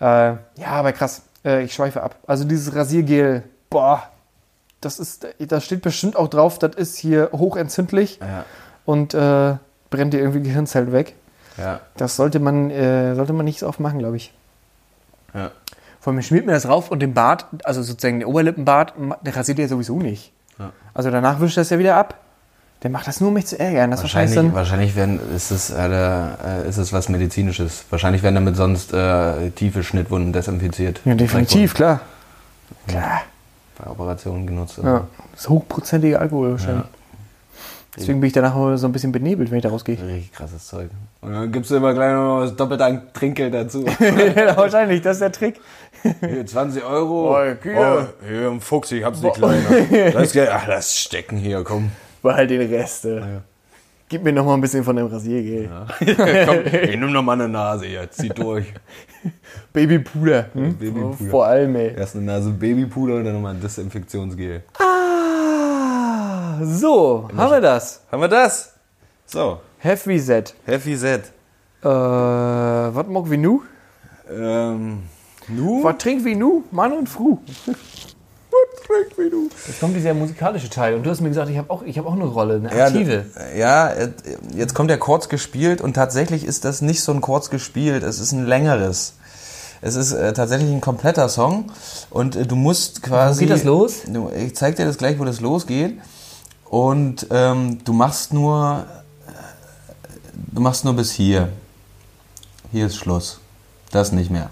Äh, ja, aber krass. Äh, ich schweife ab. Also dieses Rasiergel, boah, das ist, da steht bestimmt auch drauf, das ist hier hochentzündlich ja, und äh, brennt dir irgendwie Gehirnzellen weg. ja, Das sollte man, äh, sollte man nicht so oft machen, glaube ich. ja. Vor allem schmiert mir das rauf und den Bart, also sozusagen den Oberlippenbart, ma- der rasiert ja sowieso nicht. Ja. Also danach wischt das ja wieder ab. Der macht das nur, um mich zu ärgern. Das wahrscheinlich, Wahrscheinlich, wahrscheinlich wahrscheinlich werden, ist, es, äh, äh, ist es was Medizinisches. Wahrscheinlich werden damit sonst äh, tiefe Schnittwunden desinfiziert. dann, ja, definitiv, klar. Klar. Bei Operationen genutzt. Ja. Das ist hochprozentiger Alkohol wahrscheinlich. Deswegen bin ich danach immer so ein bisschen benebelt, wenn ich da rausgehe. Richtig krasses Zeug. Und dann gibst du immer gleich noch das doppelte an Trinkgeld dazu. Ja, wahrscheinlich, das ist der Trick. Hier 20 Euro. Oh, Kühe. hier ein Fuchs, ich hab's nicht kleiner. Das, Geld- ach, das stecken hier, komm. Behalt den Rest. äh. Gib mir noch mal ein bisschen von dem Rasiergel. komm ich nimm noch mal eine Nase hier, zieh durch. Babypuder. Hm? Babypuder. Vor allem, ey. Erst eine Nase Babypuder und dann nochmal ein Desinfektionsgel. Ah, so, haben wir das. Haben wir das? So, Heavy Set. Heavy Set. Äh, was mag wir nu? Ähm, nu? Was trinkt wir nu? Mann und Fru. trinkt wie du? Jetzt kommt dieser musikalische Teil und du hast mir gesagt, ich habe auch, ich hab auch eine Rolle, eine ne. Ja, aktive. d- ja, äh, jetzt kommt der Chords gespielt und tatsächlich ist das nicht so ein Chords gespielt, es ist ein längeres. Es ist äh, tatsächlich ein kompletter Song und äh, du musst quasi. geht das los? Du, ich zeig dir das gleich, wo das losgeht. Und ähm, du machst nur. äh, Du machst nur bis hier. Hier ist Schluss. Das nicht mehr.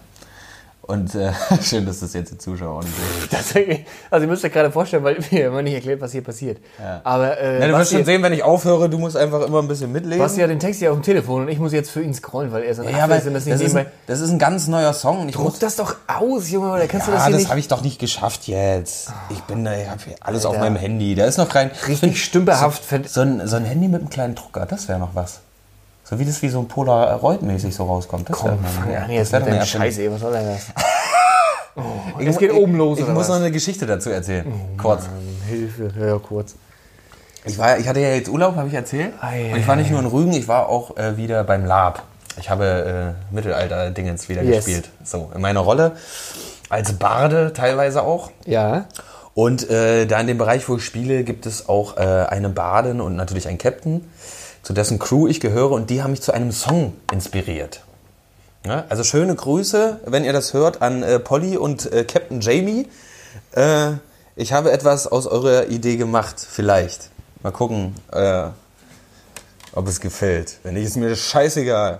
Und äh, schön, dass das jetzt die Zuschauer auch nicht sehen. Das, also ihr müsst euch gerade vorstellen, weil mir immer nicht erklärt, was hier passiert. Ja. Aber äh, Ja, du wirst Basti, schon sehen, wenn ich aufhöre, du musst einfach immer ein bisschen mitleben. Basti hat den Text hier auf dem Telefon und ich muss jetzt für ihn scrollen, weil er so ein Ja, Affe aber ist und das das, nicht ist ein, nebenbei... das ist ein ganz neuer Song. und Ich Guck muss, das doch aus, Junge, oder kannst du das ja, hier das nicht... habe ich doch nicht geschafft jetzt. Ich bin da, ich habe alles auf Alter. meinem Handy. Da ist noch kein. Richtig stümperhaft. So, so, ein, so ein Handy mit einem kleinen Drucker, das wäre noch was. So wie das wie so ein Polaroid-mäßig so rauskommt. Das wär Komm, mal- fang ja, an jetzt das wär mit doch deinem eine Erfindung. Scheiß, ey, was soll denn das? Oh, Ich, Es geht ich- oben los, Ich oder muss was? Oh Ähm, noch eine Geschichte dazu erzählen. Kurz. Hilfe, hör kurz. Ich, war, ich hatte ja jetzt Urlaub, habe ich erzählt. Ei, und ich war nicht nur in Rügen, ich war auch äh, wieder beim Lab. Ich habe äh, Mittelalter-Dingens wieder Yes. gespielt. So, in meiner Rolle. Als Barde teilweise auch. Ja, Und äh, da in dem Bereich, wo ich spiele, gibt es auch äh, eine Badin und natürlich einen Captain, zu dessen Crew ich gehöre und die haben mich zu einem Song inspiriert. Ja, also schöne Grüße, wenn ihr das hört, an äh, Polly und äh, Captain Jamie. Äh, ich habe etwas aus eurer Idee gemacht, vielleicht. Mal gucken, äh, ob es gefällt. Wenn nicht, ist mir scheißegal.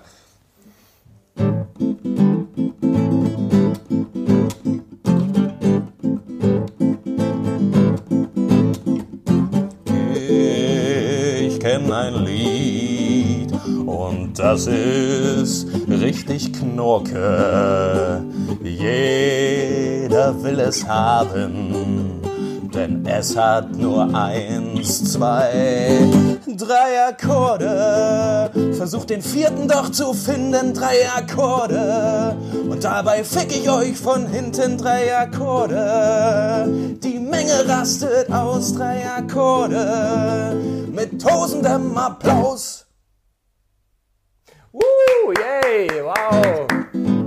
Ich kenn ein Lied und das ist richtig Knorke. Jeder will es haben, denn es hat nur eins, zwei, drei Akkorde. Versucht den vierten doch zu finden, drei Akkorde. Und dabei fick ich euch von hinten, drei Akkorde. Die Menge rastet aus drei Akkorde mit tausendem Applaus. Woo, yay, wow. Hm.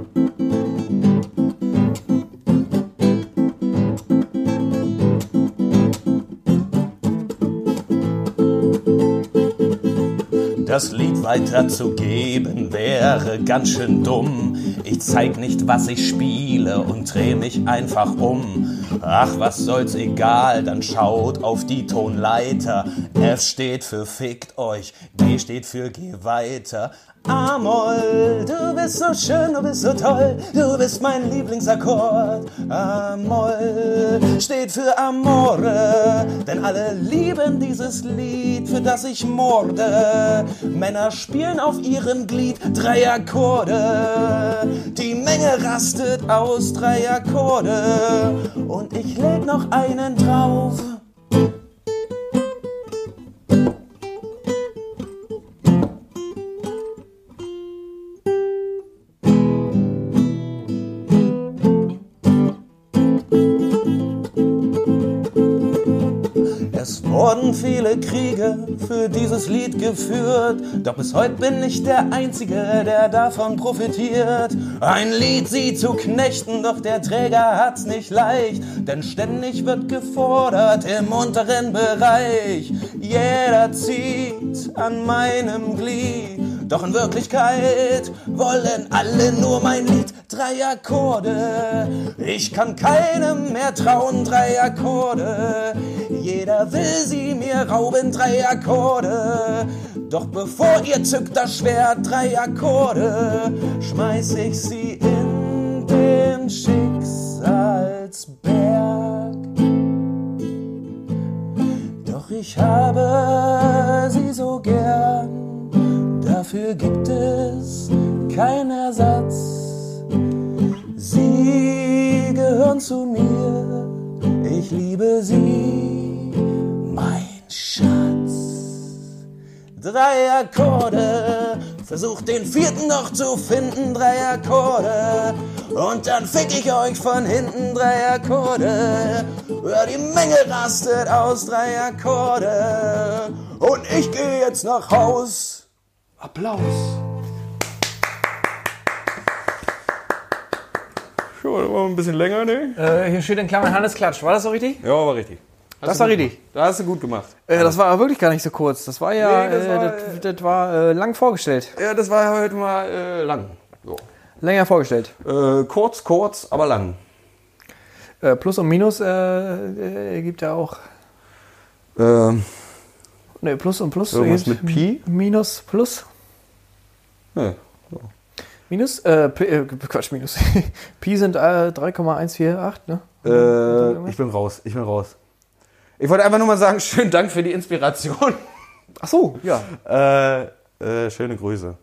Das Lied weiterzugeben wäre ganz schön dumm. Ich zeig nicht, was ich spiele und dreh mich einfach um. Ach, was soll's egal, dann schaut auf die Tonleiter. F steht für fickt euch, G steht für geh weiter. A-Moll, du bist so schön, du bist so toll, du bist mein Lieblingsakkord. A-Moll steht für Amore, denn alle lieben dieses Lied, für das ich morde. Männer spielen auf ihrem Glied drei Akkorde, die Menge rastet aus drei Akkorde und ich leg noch einen drauf. Es wurden viele Kriege für dieses Lied geführt, doch bis heute bin ich der Einzige, der davon profitiert. Ein Lied sie zu knechten, doch der Träger hat's nicht leicht, denn ständig wird gefordert im unteren Bereich. Jeder zieht an meinem Glied, doch in Wirklichkeit wollen alle nur mein Lied. Drei Akkorde, ich kann keinem mehr trauen, drei Akkorde. jeder will sie mir rauben, drei Akkorde. Doch bevor ihr zückt das Schwert, drei Akkorde, schmeiß ich sie in den Schicksalsberg. Doch ich habe sie so gern, dafür gibt es keinen Ersatz. Sie gehören zu mir, ich liebe sie, mein Schatz. Drei Akkorde, versuch den vierten noch zu finden, drei Akkorde. Und dann fick ich euch von hinten, drei Akkorde. Ja, die Menge rastet aus, drei Akkorde. Und ich gehe jetzt nach Haus. Applaus. Ja, das war ein bisschen länger, ne? Äh, hier steht in Klammern Hannes Klatsch. War das so richtig? Ja, war richtig. Das war richtig. Da hast du gut gemacht. Äh, das war wirklich gar nicht so kurz. Das war ja, Nee, das war, äh, das, das war äh, lang vorgestellt. Ja, das war heute mal äh, lang. So. Länger vorgestellt. Äh, kurz, kurz, aber lang. Äh, Plus und Minus äh, äh, gibt ja auch. Ähm, Ne, Plus und Plus. Irgendwas ergibt mit Pi? Minus, Plus. ne, so. Minus, äh, P, äh, Quatsch, Minus. Pi sind äh, 3,148, ne? Äh, ich bin raus, ich bin raus. Ich wollte einfach nur mal sagen, schönen Dank für die Inspiration. Ach so, ja. Äh, äh, schöne Grüße.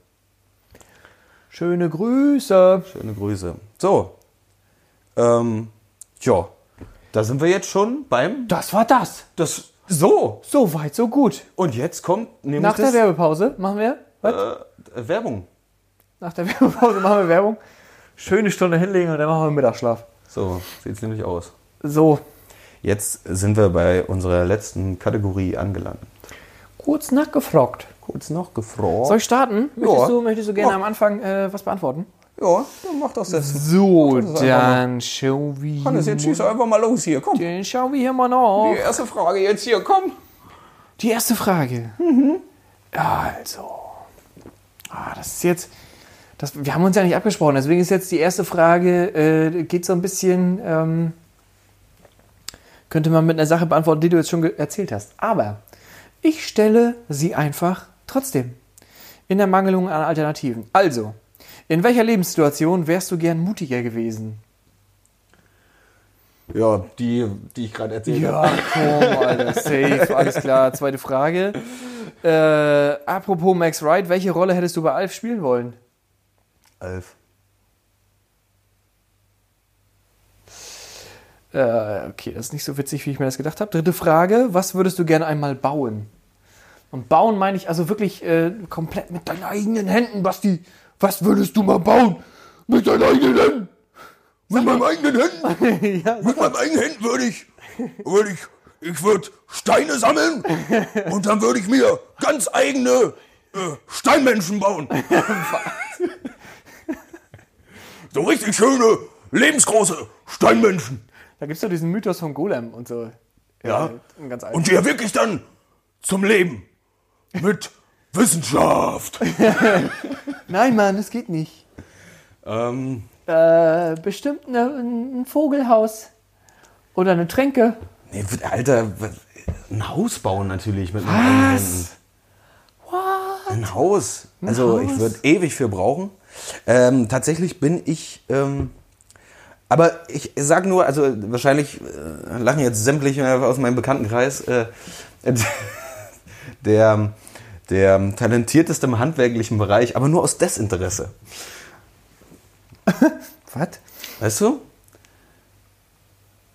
Schöne Grüße. Schöne Grüße. So. Ähm, ja. Da sind wir jetzt schon beim. Das war das. Das. So. So weit, so gut. Und jetzt kommt nämlich Nach der das, Werbepause machen wir. Was? äh, Werbung. Nach der Werbepause machen wir Werbung. Schöne Stunde hinlegen und dann machen wir Mittagsschlaf. So, sieht's nämlich aus. So, Jetzt sind wir bei unserer letzten Kategorie angelangt. kurz nachgefragt. Kurz noch gefroren. Soll ich starten? Ja. Möchtest, du, möchtest du gerne Ja. am Anfang äh, was beantworten? Ja, dann mach das jetzt. So, ist einfach dann schauen wir Hannes, jetzt schieß einfach mal los hier. Komm. Dann schauen wir hier mal noch. Die erste Frage jetzt hier, komm. Die erste Frage. Mhm. Also. Ah, das ist jetzt. Das, wir haben uns ja nicht abgesprochen, deswegen ist jetzt die erste Frage, äh, geht so ein bisschen. Ähm, könnte man mit einer Sache beantworten, die du jetzt schon ge- erzählt hast. Aber ich stelle sie einfach trotzdem. In der Mangelung an Alternativen. Also, in welcher Lebenssituation wärst du gern mutiger gewesen? Ja, die, die ich gerade erzählt habe. Ja, komm, Alter, safe, alles klar. Zweite Frage. Äh, apropos Max Wright, welche Rolle hättest du bei Alf spielen wollen? Alf. Äh, okay, das ist nicht so witzig, wie ich mir das gedacht habe. Dritte Frage, was würdest du gerne einmal bauen? Und bauen meine ich also wirklich äh, komplett mit deinen eigenen Händen, Basti. Was würdest du mal bauen? Mit deinen eigenen Händen. Mit meinen eigenen Händen. ja, Mit meinen eigenen Händen würde ich, würde ich, ich würde Steine sammeln und dann würde ich mir ganz eigene äh, Steinmenschen bauen. so richtig schöne, lebensgroße Steinmenschen. da gibt's doch diesen Mythos von Golem und so. Ah. Ja. Ein ganz alten. Und die erwecke ich dann zum Leben. Mit Wissenschaft. Nein, Mann, das geht nicht. Ähm, Äh, bestimmt ne- ein Vogelhaus oder eine Tränke. nee, w- Alter, w- ein Haus bauen natürlich mit meinen eigenen Händen. Ein Haus. Also ich würde ewig für brauchen. Ähm, tatsächlich bin ich. Ähm, aber ich sag nur, also wahrscheinlich äh, lachen jetzt sämtliche aus meinem Bekanntenkreis. Äh, der, der talentierteste im handwerklichen Bereich, aber nur aus Desinteresse. Was? Weißt du?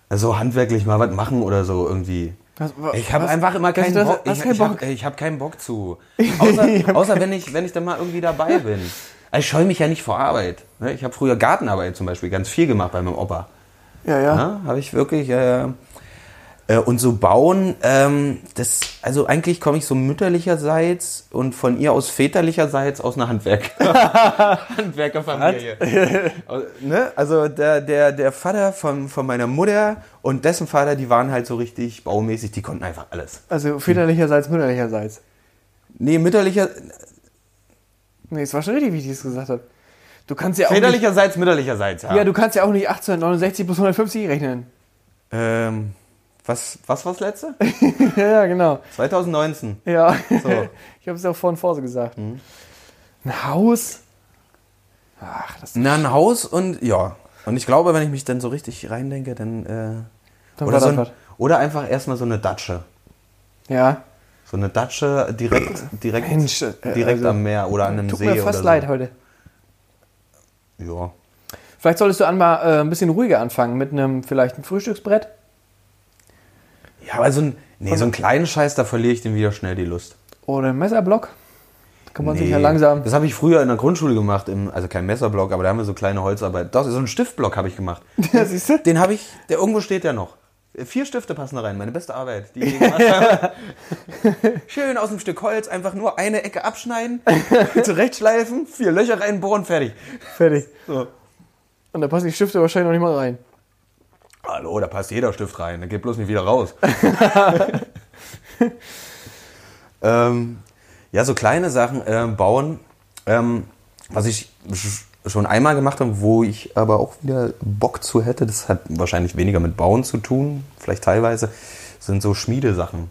Also handwerklich mal was machen oder so irgendwie. Was- wa- ich habe was- einfach immer was- keinen was- Bock. was Ich, keinen ich habe Bock? ich hab keinen Bock zu. Außer, außer wenn, ich, wenn ich dann mal irgendwie dabei bin. Also ich scheue mich ja nicht vor Arbeit. ne? Ich habe früher Gartenarbeit zum Beispiel ganz viel gemacht bei meinem Opa. Ja, ja. Ja, habe ich wirklich. Äh, äh, und so bauen, ähm, das, also eigentlich komme ich so mütterlicherseits und von ihr aus väterlicherseits aus einer Handwerker, Handwerkerfamilie. Au- ne? Also der, der, der Vater von, von meiner Mutter und dessen Vater, die waren halt so richtig baumäßig, die konnten einfach alles. Also väterlicherseits, mütterlicherseits. Nee, mütterlicher, Nee, es war schon richtig, wie ich das gesagt habe. Du kannst ja auch nicht, väterlicherseits, mütterlicherseits, ja. ja, du kannst ja auch nicht 1869 plus 150 rechnen. ähm, Was, was war das letzte? ja, ja, genau. 2019. Ja. So. Mhm. Ich habe es ja auch vorhin vor so gesagt. Ein Haus? Ach, das Na, ein Haus und ja. Und ich glaube, wenn ich mich dann so richtig reindenke, dann. Äh, war oder, so das ein, was. oder einfach erstmal so eine Datsche. Ja. So eine Datsche direkt, direkt, Mensch, äh, direkt also, am Meer oder an einem Tut See. mir fast oder leid heute. so. Ja. Vielleicht solltest du einmal äh, ein bisschen ruhiger anfangen mit einem, vielleicht ein Frühstücksbrett. Ja, aber so ein, nee, so einen kleinen Scheiß, da verliere ich dann wieder schnell die Lust. Oder einen Messerblock. Kann man sich ja Nee. langsam. Das habe ich früher in der Grundschule gemacht, im, also kein Messerblock, aber da haben wir so kleine Holzarbeit. Doch, so einen Stiftblock habe ich gemacht. Ja, siehst du? Den habe ich, der irgendwo steht der noch. Vier Stifte passen da rein, meine beste Arbeit, die ich je gemacht habe. Schön aus dem Stück Holz einfach nur eine Ecke abschneiden, zurechtschleifen, vier Löcher reinbohren, fertig. Fertig. So. Und da passen die Stifte wahrscheinlich noch nicht mal rein. Hallo, da passt jeder Stift rein, dann geht bloß nicht wieder raus. ähm, ja, so kleine Sachen ähm, bauen, ähm, was ich sch- schon einmal gemacht habe, wo ich aber auch wieder Bock zu hätte, das hat wahrscheinlich weniger mit Bauen zu tun, vielleicht teilweise, sind so Schmiedesachen.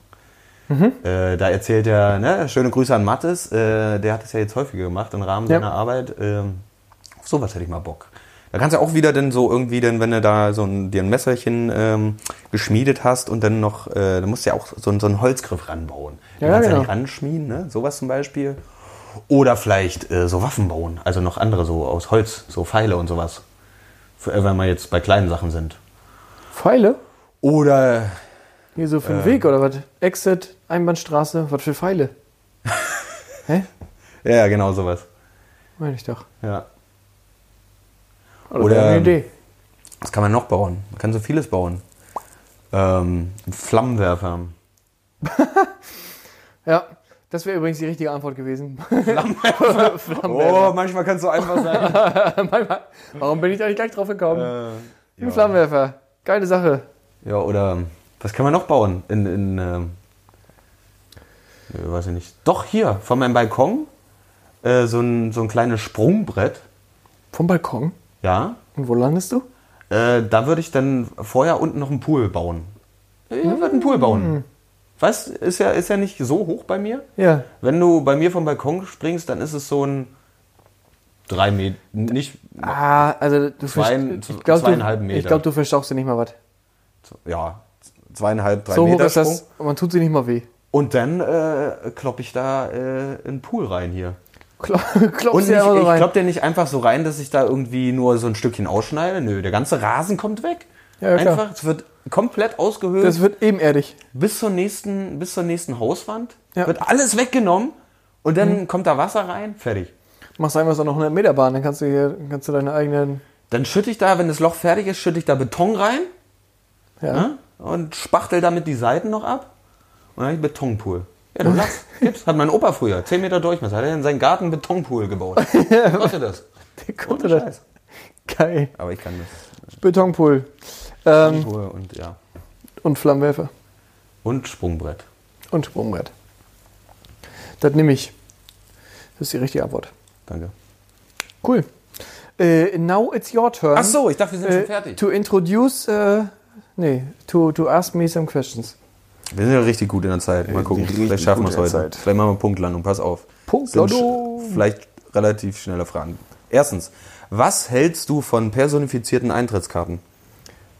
Mhm. Äh, da erzählt er, ne, schöne Grüße an Mattes, äh, der hat das ja jetzt häufiger gemacht im Rahmen Ja. seiner Arbeit. Ähm, auf sowas hätte ich mal Bock. Da kannst du auch wieder dann so irgendwie, denn, wenn du da so ein, dir ein Messerchen ähm, geschmiedet hast und dann noch, äh, dann musst du ja auch so, einen- so einen Holzgriff ranbauen. Den Ja, kannst du genau. ja nicht ranschmieden, ne? sowas zum Beispiel. Oder vielleicht äh, so Waffen bauen, also noch andere so aus Holz, so Pfeile und sowas. Für, äh, wenn wir jetzt bei kleinen Sachen sind. Pfeile? Oder Hier so für Äh. den Weg oder was? Exit, Einbahnstraße, was für Pfeile? Hä? ja, genau sowas. Meine ich doch. Ja. Oder, Oder, eine ähm, Idee. Was kann man noch bauen? Man kann so vieles bauen. Ähm, Flammenwerfer. Ja, das wäre übrigens die richtige Antwort gewesen. Oh, manchmal kann es so einfach sein. Warum bin ich da nicht gleich drauf gekommen? Äh, Ein Flammenwerfer. Geile Sache. ja, oder was kann man noch bauen? In, in ähm, äh, weiß ich nicht. Doch, hier, von meinem Balkon, äh, so, ein, so ein kleines Sprungbrett. Vom Balkon? Ja. Und wo landest du? Äh, da würde ich dann vorher unten noch einen Pool bauen. Ich würde einen Pool bauen. Was? Ist ja, ist ja nicht so hoch bei mir. Hm. Ja. Wenn du bei mir vom Balkon springst, dann ist es so ein drei Meter, nicht, Ah, also du Zwei- verst- ich glaub, zweieinhalb du, Meter. Ich glaube, du verstauchst dir nicht mal was. ja, zweieinhalb, drei So hoch Meter ist Sprung. das. Man tut sie nicht mal weh. Und dann äh, klopp ich da äh, einen Pool rein hier. Kla Und Klopfst nicht, dir ich einfach so rein. klopp den nicht einfach so rein, dass ich da irgendwie nur so ein Stückchen ausschneide. Nö, der ganze Rasen kommt weg. Ja, ja, klar. einfach, es wird komplett ausgehöhlt. das wird ebenerdig. bis zur nächsten, bis zur nächsten Hauswand, Ja. Mhm. wird alles weggenommen und dann kommt da Wasser rein, fertig. Machst einfach so eine 100 Meter Bahn, dann kannst du hier, kannst du deine eigenen. Dann schütte ich da, wenn das Loch fertig ist, schütte ich da Beton rein Ja. ne? und spachtel damit die Seiten noch ab und dann habe ich einen Betonpool. Ja, du lachst. Gibt's. Hat mein Opa früher, 10 Meter Durchmesser, hat er in seinen Garten einen Betonpool gebaut. Was kostet das? Der Ohne konnte das. Scheiß. Geil. Aber ich kann das. Betonpool. Ähm, Pool und ja. und Flammenwerfer. Und Sprungbrett. Und Sprungbrett. Das nehme ich. Das ist die richtige Antwort. Danke. Cool. Äh, now it's your turn. Ach so, ich dachte, wir sind äh, schon fertig. To introduce, äh, nee, to, to ask me some questions. Wir sind ja richtig gut in der Zeit. Mal gucken, vielleicht schaffen wir es heute. Vielleicht machen wir Punktlandung, pass auf. Punktlandung. Sind sch- Vielleicht relativ schnelle Fragen. Erstens, was hältst du von personifizierten Eintrittskarten?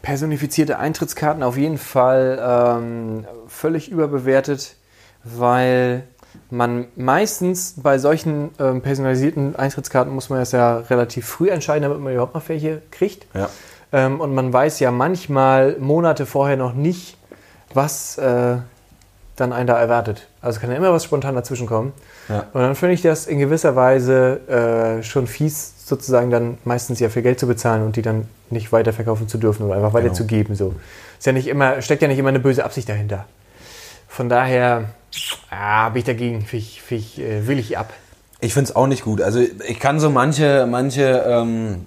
Personifizierte Eintrittskarten auf jeden Fall ähm, völlig überbewertet, weil man meistens bei solchen ähm, personalisierten Eintrittskarten muss man das ja relativ früh entscheiden, damit man überhaupt noch welche kriegt. Ja. Ähm, und man weiß ja manchmal Monate vorher noch nicht, was äh, dann einen da erwartet. Also kann ja immer was spontan dazwischen kommen. Ja. Und dann finde ich das in gewisser Weise äh, schon fies, sozusagen dann meistens ja für Geld zu bezahlen und die dann nicht weiterverkaufen zu dürfen oder einfach weiterzugeben. So. Ist ja nicht immer, steckt ja nicht immer eine böse Absicht dahinter. Von daher ah, bin ich dagegen, find ich, find ich, äh, will ich ab. Ich finde es auch nicht gut. Also ich kann so manche, manche ähm,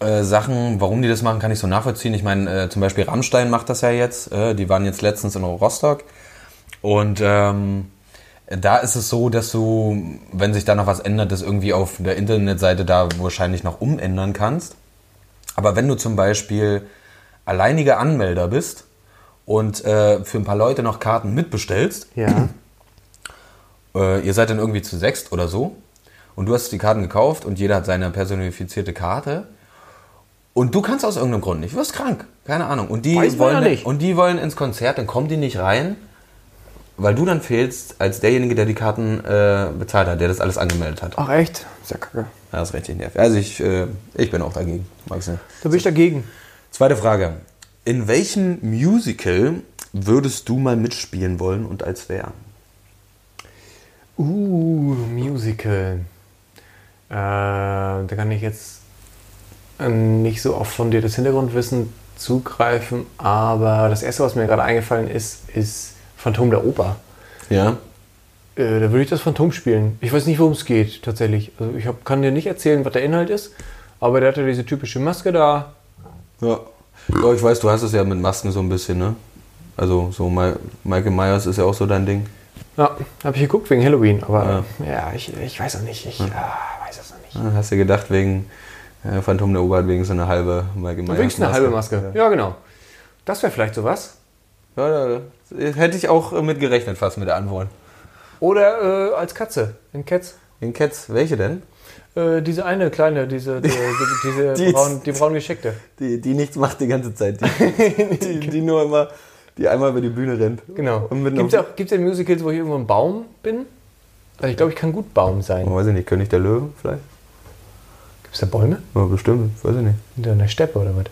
äh, Sachen, warum die das machen, kann ich so nachvollziehen. Ich meine, äh, zum Beispiel Rammstein macht das ja jetzt. Äh, die waren jetzt letztens in Rostock. Und ähm, da ist es so, dass du, wenn sich da noch was ändert, das irgendwie auf der Internetseite da wahrscheinlich noch umändern kannst. Aber wenn du zum Beispiel alleiniger Anmelder bist und äh, für ein paar Leute noch Karten mitbestellst. Ja. Äh, ihr seid dann irgendwie zu sechst oder so. Und du hast die Karten gekauft und jeder hat seine personifizierte Karte. Und du kannst aus irgendeinem Grund nicht. Du wirst krank. Keine Ahnung. Und die, Weiß man wollen, ja dann- nicht. und die wollen ins Konzert, dann kommen die nicht rein, weil du dann fehlst als derjenige, der die Karten äh, bezahlt hat, der das alles angemeldet hat. Ach echt? Ist ja kacke. Ja, Das ist richtig nervig. Also ich, äh, ich bin auch dagegen. Mag's nicht. Da bin ich dagegen. Zweite Frage. In welchem Musical würdest du mal mitspielen wollen und als wer? Uh, Musical. Äh, da kann ich jetzt äh, nicht so oft von dir das Hintergrundwissen zugreifen, aber das erste, was mir gerade eingefallen ist, ist Phantom der Oper. Ja. Äh, da würde ich das Phantom spielen. Ich weiß nicht, worum es geht, tatsächlich. Also ich hab, kann dir nicht erzählen, was der Inhalt ist, aber der hat ja diese typische Maske da. Ja. ja ich weiß, du hast es ja mit Masken so ein bisschen, ne? Also so Mi- Michael Myers ist ja auch so dein Ding. Ja, habe ich geguckt wegen Halloween, aber ja, ich, ich weiß es nicht. Ich ah, weiß es noch nicht. Ja, Hast du gedacht, wegen äh, Phantom der Oper hat wenigstens eine halbe Michael Myers. Wenigstens eine halbe Maske. Ja, genau. Das wäre vielleicht sowas. Ja, da, hätte ich auch äh, mit gerechnet fast mit der Antwort. Oder äh, als Katze in Cats. In Cats, welche denn? Äh, diese eine kleine, diese, die, die, diese Die ist- braun, die braun geschickte. Die, die nichts macht die ganze Zeit. Die, die, die nur immer, die einmal über die Bühne rennt. Genau. Und mit Gibt einer- es gibt's denn Musicals, wo ich irgendwo ein Baum bin? Also ich glaube, ich kann gut Baum sein. Oh, Weiß ich nicht, König der Löwen vielleicht? Gibt es da Bäume? Ja, bestimmt, weiß ich nicht. Hinter einer Steppe oder was?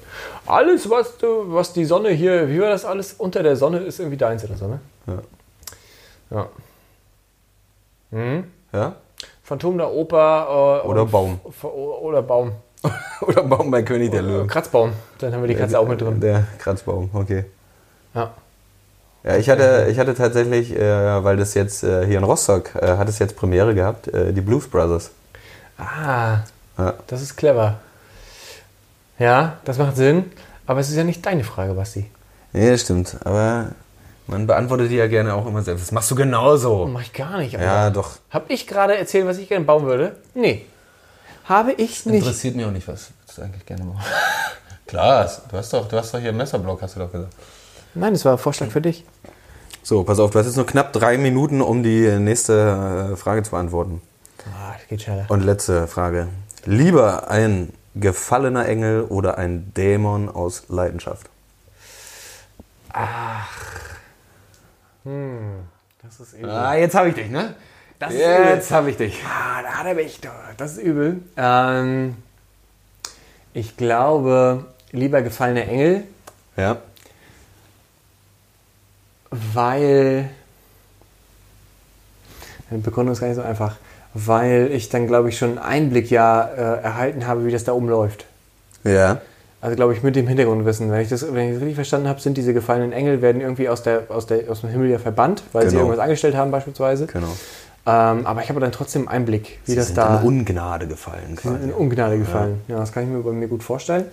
Alles, was, du, was die Sonne hier, wie war das alles? Unter der Sonne ist irgendwie deins oder so, ne? Ja. Ja. Ja? Phantom der Oper. Äh, Oder und- Baum. Oh, Oder Baum. Oder Baum bei König der Löwen. Kratzbaum. Dann haben wir die Katze auch mit drin. Der Kratzbaum, okay. Ja. Ja, ich hatte, ich hatte tatsächlich, äh, weil das jetzt äh, hier in Rostock äh, hat es jetzt Premiere gehabt, äh, die Blues Brothers. Ah, Ja. das ist clever. Ja, das macht Sinn. Aber es ist ja nicht deine Frage, Basti. Ja, stimmt, aber man beantwortet die ja gerne auch immer selbst. Das machst du genauso. Mach ich gar nicht. Alter. Ja, doch. Hab ich gerade erzählt, was ich gerne bauen würde? Nee. Habe ich nicht. Interessiert mich auch nicht, was du eigentlich gerne machst. Klar, du hast doch, du hast doch hier einen Messerblock, hast du doch gesagt. Nein, das war ein Vorschlag für dich. So, pass auf, du hast jetzt nur knapp drei Minuten, um die nächste äh, Frage zu beantworten. Ah, das geht schneller. Und letzte Frage. Lieber ein gefallener Engel oder ein Dämon aus Leidenschaft? Das ist übel. Ah, jetzt habe ich dich, ne? Das Jetzt habe ich dich. Ah, da hat er mich. doch. Das ist übel. Ähm, ich glaube, lieber gefallener Engel, Ja. weil. Die Begründung ist gar nicht so einfach. Weil ich dann, glaube ich, schon einen Einblick ja äh, erhalten habe, wie das da oben läuft. Ja. Also, glaube ich, mit dem Hintergrundwissen. Wenn ich das, wenn ich das richtig verstanden habe, sind diese gefallenen Engel, werden irgendwie aus, der, aus, der, aus dem Himmel ja verbannt, weil sie Genau. irgendwas angestellt haben, beispielsweise. Genau. Ähm, aber ich habe dann trotzdem einen Einblick, wie das da. in Ungnade gefallen in quasi. Ungnade gefallen. Ja. das kann ich mir bei mir gut vorstellen.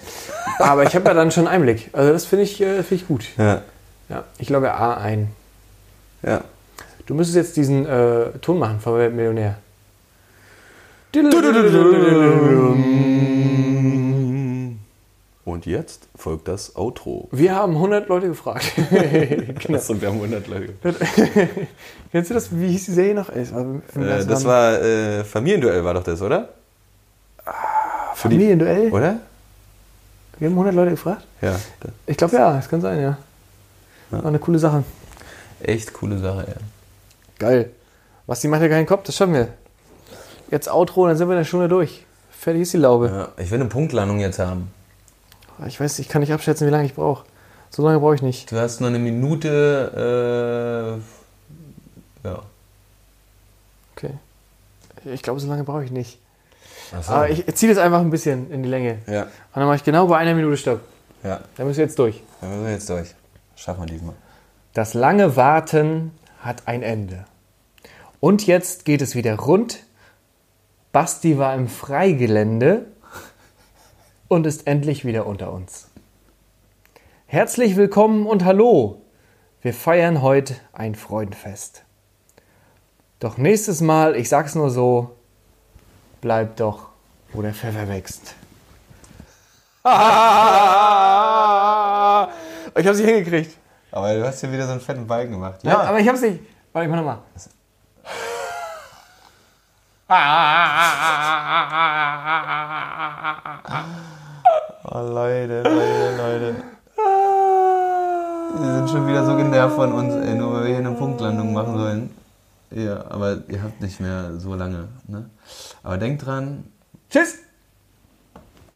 Aber ich habe ja dann schon einen Einblick. Also, das finde ich, äh, finde ich gut. Ja. Ja, ich logge A ein. Ja. Du müsstest jetzt diesen äh, Ton machen von Wer wird Millionär. Und jetzt folgt das Outro. Wir haben 100 Leute gefragt. genau. Achso, wir haben 100 Leute. Kennst du das? Wie hieß die Serie noch? Äh, Äh, das war äh, Familienduell, war doch das, oder? Für die, Familienduell. oder? Wir haben 100 Leute gefragt. Ja. Ich glaube ja, es kann sein, ja. War eine coole Sache. Echt coole Sache, ja. Geil. Was, die macht ja keinen Kopf, das schaffen wir. Jetzt Outro, dann sind wir in der Stunde durch. Fertig ist die Laube. Ja, ich will eine Punktlandung jetzt haben. Ich weiß, ich kann nicht abschätzen, wie lange ich brauche. So lange brauche ich nicht. Du hast noch eine Minute. Äh, ja. Okay. Ich glaube, so lange brauche ich nicht. Achso. Aber ich ziehe das einfach ein bisschen in die Länge. ja, Und dann mache ich genau bei einer Minute Stopp. ja. Da müssen wir jetzt durch. Dann müssen wir jetzt durch. Schaffen wir diesmal. Das lange Warten hat ein Ende. Und jetzt geht es wieder rund. Basti war im Freigelände und ist endlich wieder unter uns. Herzlich willkommen und hallo. Wir feiern heute ein Freudenfest. Doch nächstes Mal, ich sag's nur so, bleibt doch, wo der Pfeffer wächst. Ich habe sie hingekriegt. Aber du hast hier wieder so einen fetten Ball gemacht. Ja. Aber ich hab's nicht. Warte, ich mach nochmal. Oh, Leute, Leute, Leute. Die sind schon wieder so genervt von uns, ey, nur weil wir hier eine Punktlandung machen sollen. Ja, aber ihr habt nicht mehr so lange. Ne? Aber denkt dran, Tschüss!